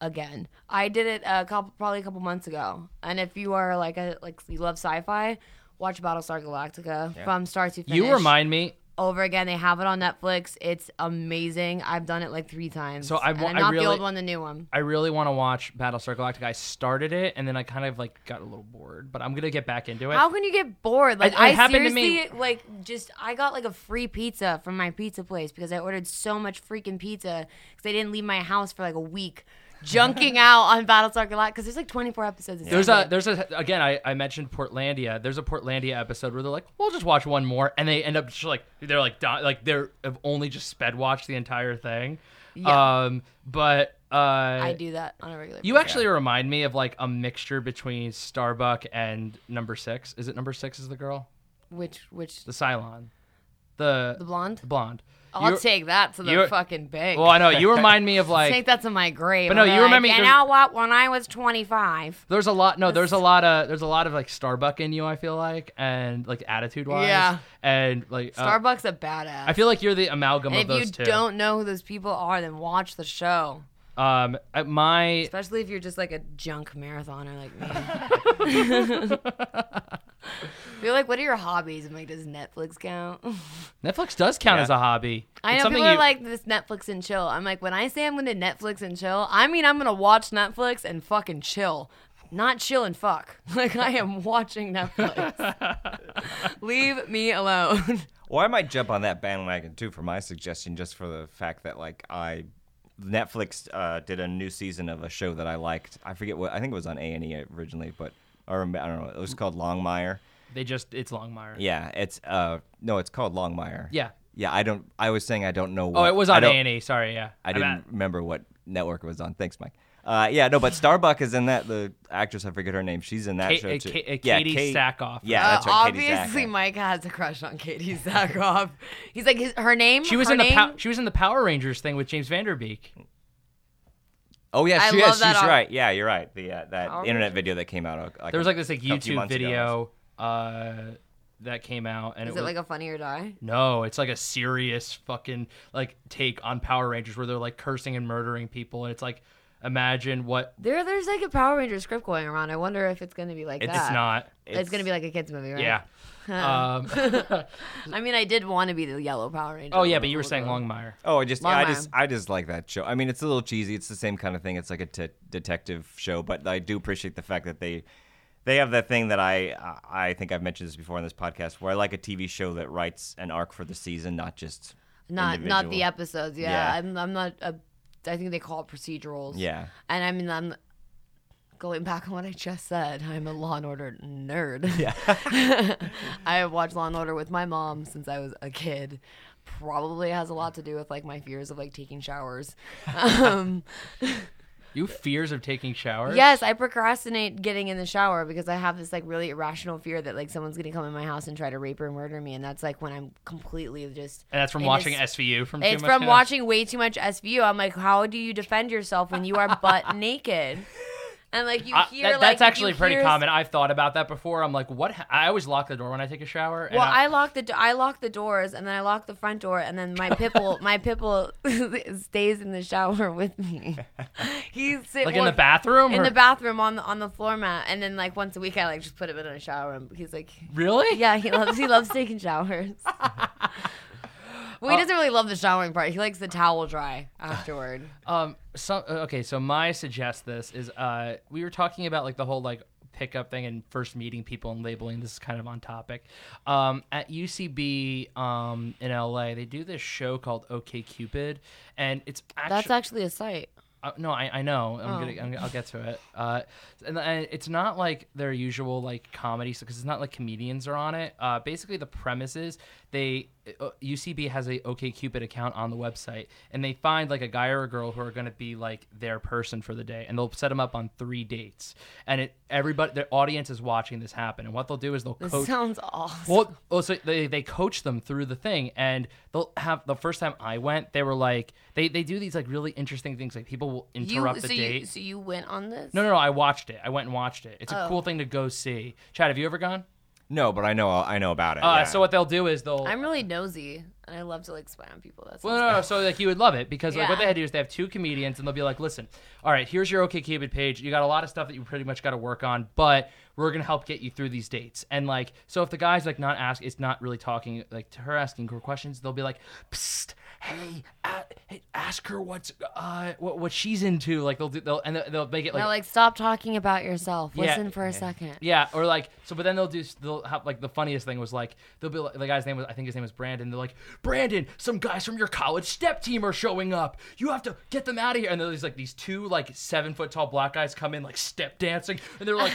again. I did it a couple, probably a couple months ago. And if you are like a like you love sci-fi, watch Battlestar Galactica from start to finish.
You remind me
over again. They have it on Netflix. It's amazing. I've done it like three times.
So I
And
wa- I
not
really-
the old one, the new one.
I really want to watch Battlestar Galactica. I started it and then I kind of like got a little bored, but I'm gonna get back into it.
How can you get bored? Like
it
I,
happened to me-
seriously like just I got like a free pizza from my pizza place because I ordered so much freaking pizza because I didn't leave my house for like
[laughs]
a week. Junking out on Battlestar Galactica because there's like 24 episodes. It's
there's
not
a there's a again I, I mentioned Portlandia. There's a Portlandia episode where they're like, we'll just watch one more, and they end up just like they're like di- like they're have only just sped watched the entire thing. Um, but uh,
I do that on a regular.
You actually remind me of like a mixture between Starbuck and Number Six. Is it Number Six? Is the girl
Which which
the Cylon? the
The blonde?
blonde.
I'll
You-
take that to the
you're-
fucking bank.
Well, I know you remind me
[laughs]
of like
take that to my grave.
But no,
I'm
you
like,
remember-
You
there's-
know what? When I was 25.
There's a lot. No, there's a lot of there's a lot of like Starbuck in you. I feel like and like attitude wise.
Yeah.
And like uh,
Starbucks a badass.
I feel like you're the amalgam of
and if
those two.
you don't know who those people are, then watch the show.
um, at my
Especially if you're just like a junk marathoner like me.
[laughs]
you're like, what are your hobbies? I'm like, does Netflix count?
Netflix does count
Yeah.
as a hobby.
I
It's
know
something
people are
you-
like this Netflix and chill. I'm like, when I say I'm gonna Netflix and chill, I mean I'm gonna watch Netflix and fucking chill. Not chill and fuck. [laughs] Like I am watching Netflix.
[laughs]
Leave me alone.
Or I might jump on that bandwagon too for my suggestion, just for the fact that like I, Netflix uh, did a new season of a show that I liked. I forget what I think it was on A and E originally, but or I don't know. It was called Longmire.
they just it's Longmire.
Yeah, it's uh no, it's called Longmire.
Yeah.
Yeah, I don't. I was saying I don't know.
Oh,
What,
it was
I
on
don't-
A&E. Sorry, yeah.
I
I'm
didn't
at-
remember what network it was on. Thanks, Mike. Uh, yeah, no, but Starbuck is in that. The actress, I forget her name. She's in that
Kate-
show
uh,
too.
Kate- uh,
yeah,
Katie
Kate-
Sackhoff.
Yeah,
Uh,
that's right. Katie
obviously,
Sackhoff.
Mike has a crush on Katie Sackhoff. He's like his, her name.
She was
her
in the
name,
pow- she was in the Power Rangers thing with James Vanderbeek.
Oh yeah,
I
she
love
is.
that
She's
on-
right. Yeah, you're right. The uh, that
Power
internet video that came out. uh, Like
There was like this like
a couple few
YouTube
months ago.
video uh, that came out and
Is
it
it
was
like a funny or die?
No, it's like a serious fucking like take on Power Rangers where they're like cursing and murdering people and it's like imagine what
There, there's like a Power Ranger script going around. I wonder if it's gonna be like
It's
that.
it's not.
It's, gonna be like a kids movie, right? [laughs]
Yeah. um,
I mean, I did want to be the yellow Power Ranger.
oh yeah, but you were
[laughs]
saying Longmire.
Oh, I just yeah, I
Longmire.
just I just like that show. I mean, it's a little cheesy. It's the same kind of thing. It's like a t- detective show, but I do appreciate the fact that they they have that thing that I I I think I've mentioned this before on this podcast where I like a TV show that writes an arc for the season, not just
not not the
individual.
episodes. Yeah,
Yeah.
I'm I'm not. A, I think they call it procedurals.
Yeah.
and I mean I'm going back on what I just said. I'm a Law and Order nerd. Yeah, [laughs] I have watched Law and Order with my mom since I was a kid. Probably has a lot to do with like my fears of like taking showers. Um,
You have fears of taking showers?
yes, I procrastinate getting in the shower because I have this like really irrational fear that like someone's gonna come in my house and try to rape or murder me, and that's like when I'm completely just
And that's from
in
watching
this-
SVU from too
It's
much
from
Now.
watching way too much SVU. I'm like, how do you defend yourself when you are butt [laughs] naked? And like you
I- that-
hear, like,
that's
you
actually pretty
hear-
common. I've thought about that before. I'm like, what? ha- I always lock the door when I take a shower. and
Well,
I'm-
I lock the do- I lock the doors and then I lock the front door and then
[laughs]
my pipple my pipple [laughs] stays in the shower with me.
[laughs]
He's sit-
like in the
one-
bathroom.
in
or-
the bathroom on the on the floor mat and then like once a week I like just put him in a shower and he's like
really?
yeah he loves he loves
[laughs]
taking showers. well, he
Uh,
doesn't really love the showering part. He likes the towel dry afterward.
[sighs] Um. So uh, okay. So my suggest this is uh we were talking about like the whole like pickup thing and first meeting people and labeling. This is kind of on topic. Um, at UCB um in LA, they do this show called OK Cupid, and it's actually
That's actually a site.
uh, no, I, I know. I'm gonna, I'm, I'll get to it. Uh, and, and it's not like their usual like comedy because it's not like comedians are on it. Uh, basically, the premise is they uh, UCB has a OKCupid account on the website, and they find like a guy or a girl who are gonna be like their person for the day, and they'll set them up on three dates, and it everybody the audience is watching this happen, and what they'll do is they'll
This
coach.
sounds awesome.
Well, well, so they, they coach them through the thing, and they'll have the first time I went, they were like they, they do these like really interesting things, like people will interrupt
you,
the
so
date.
You, so you went on this?
no, no, no, I watched it. I went and watched it. It's a cool thing to go see. Chad, have you ever gone?
No, but I know I know about it.
Uh,
yeah.
So what they'll do is they'll.
I'm really nosy, and I love to like spy on people. That's
well, no, no, no. So like you would love it because like what
Yeah.
they had to do is they have two comedians and they'll be like, listen, all right, here's your OKCupid page. You got a lot of stuff that you pretty much got to work on, but we're gonna help get you through these dates. And like, so if the guy's like not ask, it's not really talking like to her asking her questions, they'll be like, Psst, hey, a- hey, ask her what's uh what, what she's into. Like they'll do they'll and they'll- they'll make it like.
now, like stop talking about yourself.
Yeah.
Listen for a second.
Yeah, or like so, but then they'll do they'll have like the funniest thing was like they'll be like the guy's name was I think his name was Brandon. They're like Brandon, some guys from your college step team are showing up. You have to get them out of here. And then there's like these two like seven foot tall black guys come in like step dancing, and they're
[laughs]
like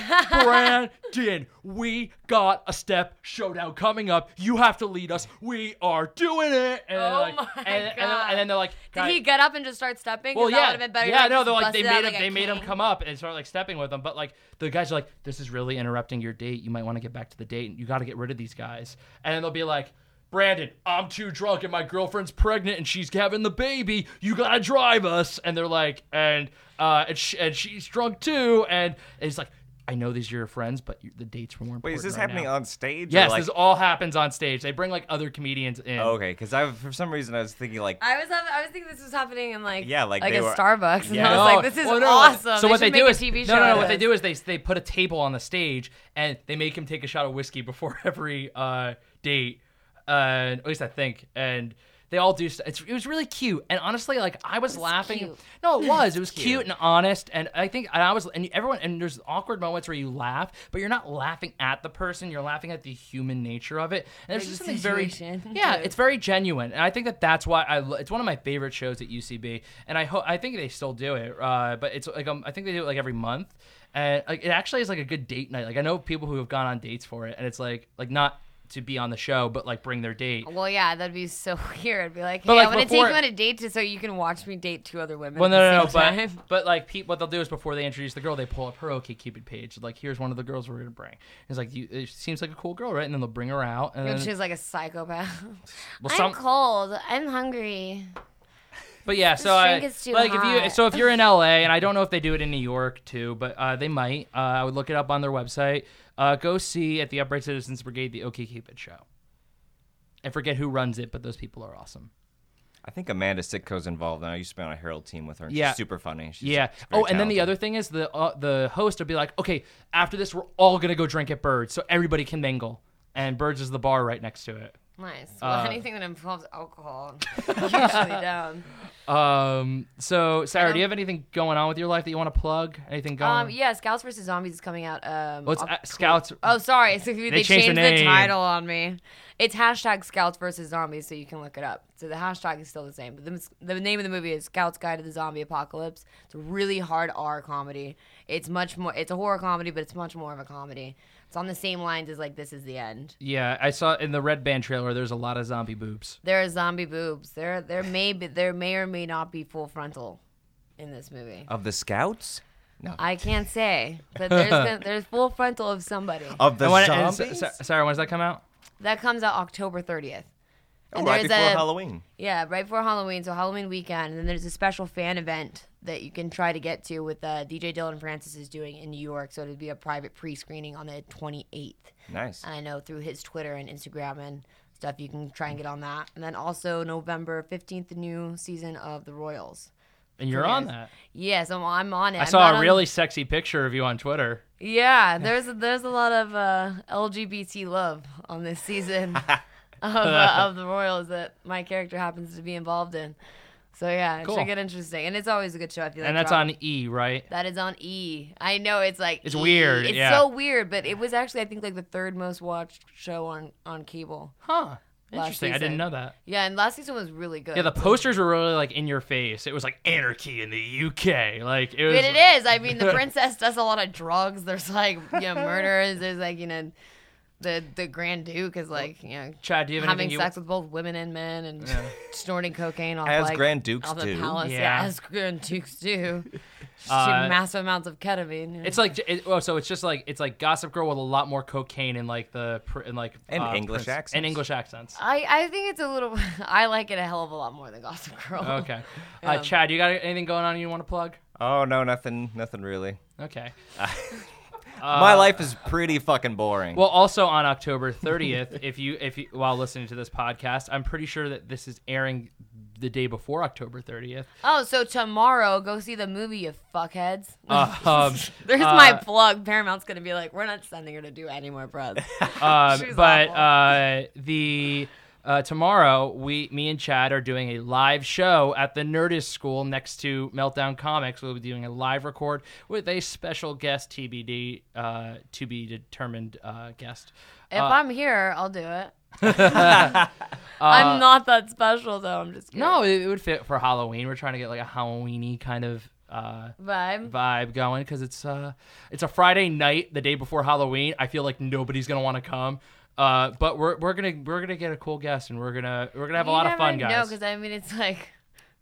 Brandon, we got a step showdown coming up. You have to lead us. We are doing it. And they're
Oh
like,
my
and, and then,
God.
and then they're like,
Did
"Guy-
he get up and just start stepping? 'Cause
well,
that
yeah,
would've been better if
yeah,
I
no,
just
they're like they
busted out
made him,
like a
they made him
king.
come up and start like stepping with them, but like the guys are like, this is really interrupting your date. You might want to get back to the date, and you got to get rid of these guys. And then they'll be like, Brandon, I'm too drunk and my girlfriend's pregnant and she's having the baby. You gotta drive us. And they're like, and uh, and, sh- and she's drunk too. And, and he's like, I know these are your friends, but you- the dates were more important.
Wait, is this
right
happening
now.
on stage? or,
Yes,
like-
this all happens on stage. They bring like other comedians in.
Oh, okay, because I for some reason I was thinking like
I was having, I was thinking this was happening in like
Yeah, like they
a
were-
Starbucks, and
Yeah.
I was like, this is
well, no,
awesome.
So what they
should
do
make
is
a TV show.
no, no,
out
no.
of
What they
this.
do is they they put a table on the stage and they make him take a shot of whiskey before [laughs] every uh, date, uh, at least I think. And they all do. St- it's, it was really cute. And honestly, like I was, laughing.
cute.
No, it was. It was cute. and honest. And I think and I was and everyone and there's awkward moments where you laugh, but you're not laughing at the person. You're laughing at the human nature of it. And there's
Like
just
the
something very [laughs]
situation.
yeah.
Yeah.
It's it's very genuine, and I think that that's why I. lo- It's one of my favorite shows at UCB, and I hope I think they still do it. Uh, but it's like um, I think they do it like every month, and like it actually is like a good date night. Like I know people who have gone on dates for it, and it's like like not to be on the show, but like bring their date.
Well, yeah, that'd be so [laughs] weird. I'd be like, hey,
But, like,
I'm gonna take
before-
you on a date to, so you can watch me date two other women.
Well, no,
at the
no, no,
same
but
time.
but like Pete, what they'll do is before they introduce the girl, they pull up her OkCupid page. Like, here's one of the girls we're gonna bring. It's like, you, it seems like a cool girl, right? And then they'll bring her out, and [laughs]
And
then
she's like a psychopath.
well, some,
cold. I'm hungry.
But yeah, so I,
drink is too
like if you
hot.
so if you're in LA,
[laughs]
and I don't know if they do it in New York too, but uh, they might. Uh, I would look it up on their website. Uh, go see at the Upright Citizens Brigade the OK Cupid show. I forget who runs it, but those people are awesome.
I think Amanda Sitko's involved. and I used to be on a Herald team with her. And
Yeah.
she's super funny. She's
yeah.
very
Oh, and then the
talented.
other thing is the uh, the host will be like, okay, after this, we're all gonna go drink at Birds, so everybody can mingle. And Birds is the bar right next to it.
Nice. Well,
Uh,
anything that involves
[laughs]
alcohol, I'm usually down.
Um. So Sarah, do
don't-
you have anything going on with your life that you want to plug? Anything going?
Um, yeah, Scouts vs Zombies is coming out. Um,
Well, it's, uh,
Oct-
Scouts-
Oh, sorry. So they,
changed the
changed, the,
name.
title on me. It's hashtag Scouts versus Zombies, so you can look it up. So the hashtag is still the same, but the, the name of the movie is Scouts Guide to the Zombie Apocalypse. It's a really hard R comedy. It's much more. It's a horror comedy, but it's much more of a comedy. It's on the same lines as like This Is the End.
yeah, I saw in the Red Band trailer. There's a lot of zombie boobs.
There are zombie boobs. There, there may be, there may or may not be full frontal in this movie.
of the Scouts. No,
I can't say,
[laughs]
but there's gonna, there's full frontal of somebody.
of the
And when- and
zombies.
Sa- Sa- Sarah, when does that come out?
That comes out October 30th.
oh,
and
right
there's
before
a-
Halloween.
Yeah, right before Halloween, so Halloween weekend, and then there's a special fan event that you can try to get to with uh, DJ Dylan Francis is doing in New York. So it'd be a private pre-screening on the 28th.
Nice.
And I know through his Twitter and Instagram and stuff, you can try and get on that. And then also November 15th, the new season of The Royals.
And you're on that.
Yes, I'm, I'm on it.
I
I'm
saw
not
a
on-
really sexy picture of you on Twitter.
Yeah, there's there's a lot of uh, LGBT love on
[laughs]
this season of, uh, of the Royals that my character happens to be involved in. So yeah, it
Cool.
should get interesting, and it's always a good show. I feel like
And that's
drama.
on E, right?
that is on E. I know it's like
It's
E.
weird,
It's
yeah.
so weird, but it was actually I think like the third most watched show on on cable.
Huh.
Last
Interesting. I didn't
season.
know that.
Yeah, and last season was really good.
Yeah, the posters were really like in your face. It was like anarchy in the UK. Like it was.
But it is. I
[laughs]
mean, the princess does a lot of drugs. There's like you know murders. There's like you know, the the Grand Duke is like you know
Chad, do you have
having
anything you?
sex with both women and men and snorting cocaine off
As
like,
Grand Dukes
off the
do.
palace.
Yeah.
Yeah. as Grand Dukes do. Just
Uh,
massive amounts of ketamine.
It's like j- it, oh, so it's just like it's like Gossip Girl with a lot more cocaine and like the pr- and like uh,
And English
and
accents.
English accents.
I, I think it's a little. [laughs] I like it a hell of a lot more than Gossip Girl.
Okay, uh, Chad, you got anything going on you want to plug?
Oh no, nothing, nothing really.
Okay.
My life is pretty fucking boring.
Uh, Well, also on October 30th, if you if you while listening to this podcast, I'm pretty sure that this is airing the day before October
[laughs]
30th.
[laughs] Oh, so tomorrow go see the movie, you fuckheads.
Um,
[laughs] There's
uh,
my plug. Paramount's gonna be like, we're not sending her to do any more press.
[laughs] um,
[laughs] She's
but
awful.
uh, the uh, tomorrow we me and Chad are doing a live show at the Nerdist School next to Meltdown Comics. We'll be doing a live record with a special guest TBD uh, to be determined uh, guest.
If I'm here, I'll do it.
[laughs]
[laughs] I'm not that special though. I'm just kidding.
No, it, it would fit for Halloween. We're trying to get like a Halloweeny kind of. Uh,
vibe.
vibe going because it's uh it's a Friday night, the day before Halloween. I feel like nobody's gonna want to come. Uh, but we're we're gonna we're gonna get a cool guest and we're gonna we're gonna have a lot of fun, guys.
because I mean, it's like,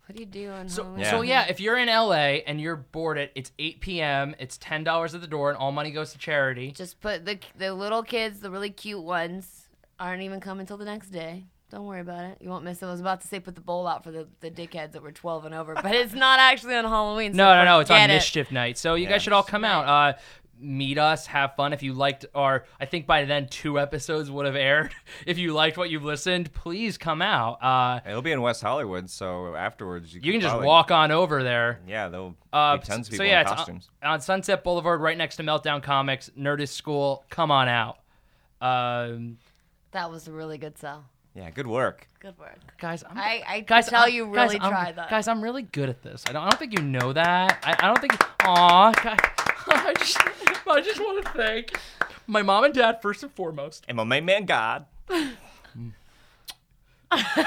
what do you do on
so,
Halloween?
so yeah, if you're in LA and you're bored, at it's 8 p.m. It's ten dollars at the door, and all money goes to charity.
Just put the the little kids, the really cute ones, aren't even coming until the next day. Don't worry about it. You won't miss it. I was about to say put the bowl out for the, the dickheads that were 12 and over, but it's not actually on Halloween. So
No, no, no. It's on
forget it.
Mischief Night. So you
Yeah.
guys should all come out. Uh, meet us, have fun. If you liked our, I think by then two episodes would have aired. [laughs] If you liked what you've listened, please come out. Uh,
It'll be in West Hollywood, so afterwards
you can just
probably-
walk on over there.
Yeah, there'll
Uh,
be tons of
so
people
yeah,
in
it's on-
costumes.
on, Sunset Boulevard, right next to Meltdown Comics, Nerdist School. Come on out, um,
That was a really good sell.
yeah, good work.
Good work.
guys. I'm,
I, I
guys,
can tell
I'm-
you
guys,
really
I'm-
tried that.
Guys, I'm really good at this. I don't, I don't think you know that. I, I don't think. Aw, guys, [laughs] I just, I just want to thank my mom and dad first and foremost.
And my main man God.
I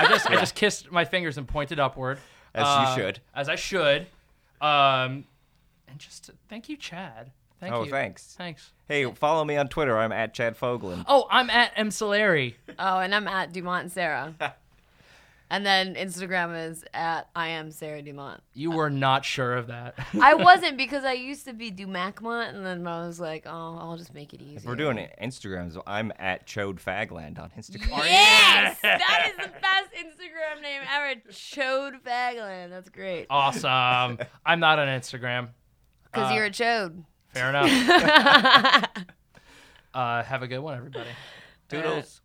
just, I just kissed my fingers and pointed upward.
As you
Uh,
should.
As I should. Um, and just thank you, Chad. Thank
Oh,
you.
thanks.
Thanks.
Hey, follow me on Twitter. I'm at Chad Foglin.
Oh, I'm at M. Solari.
Oh, and I'm at Dumont
[laughs]
and Sarah. and then Instagram is at I am Sarah Dumont.
You were not sure of that.
I wasn't because I used to be Dumacmont, and then I was like, oh, I'll just make it easy.
If we're doing Instagrams, I'm at Chode Fagland on Instagram. [laughs]
Yes, that is the best Instagram name ever. Chode Fagland. That's great.
[laughs]
Uh,
awesome. I'm not on Instagram.
Because you're a chode.
[laughs]
[laughs]
Fair enough. uh, have a good one, everybody.
Toodles.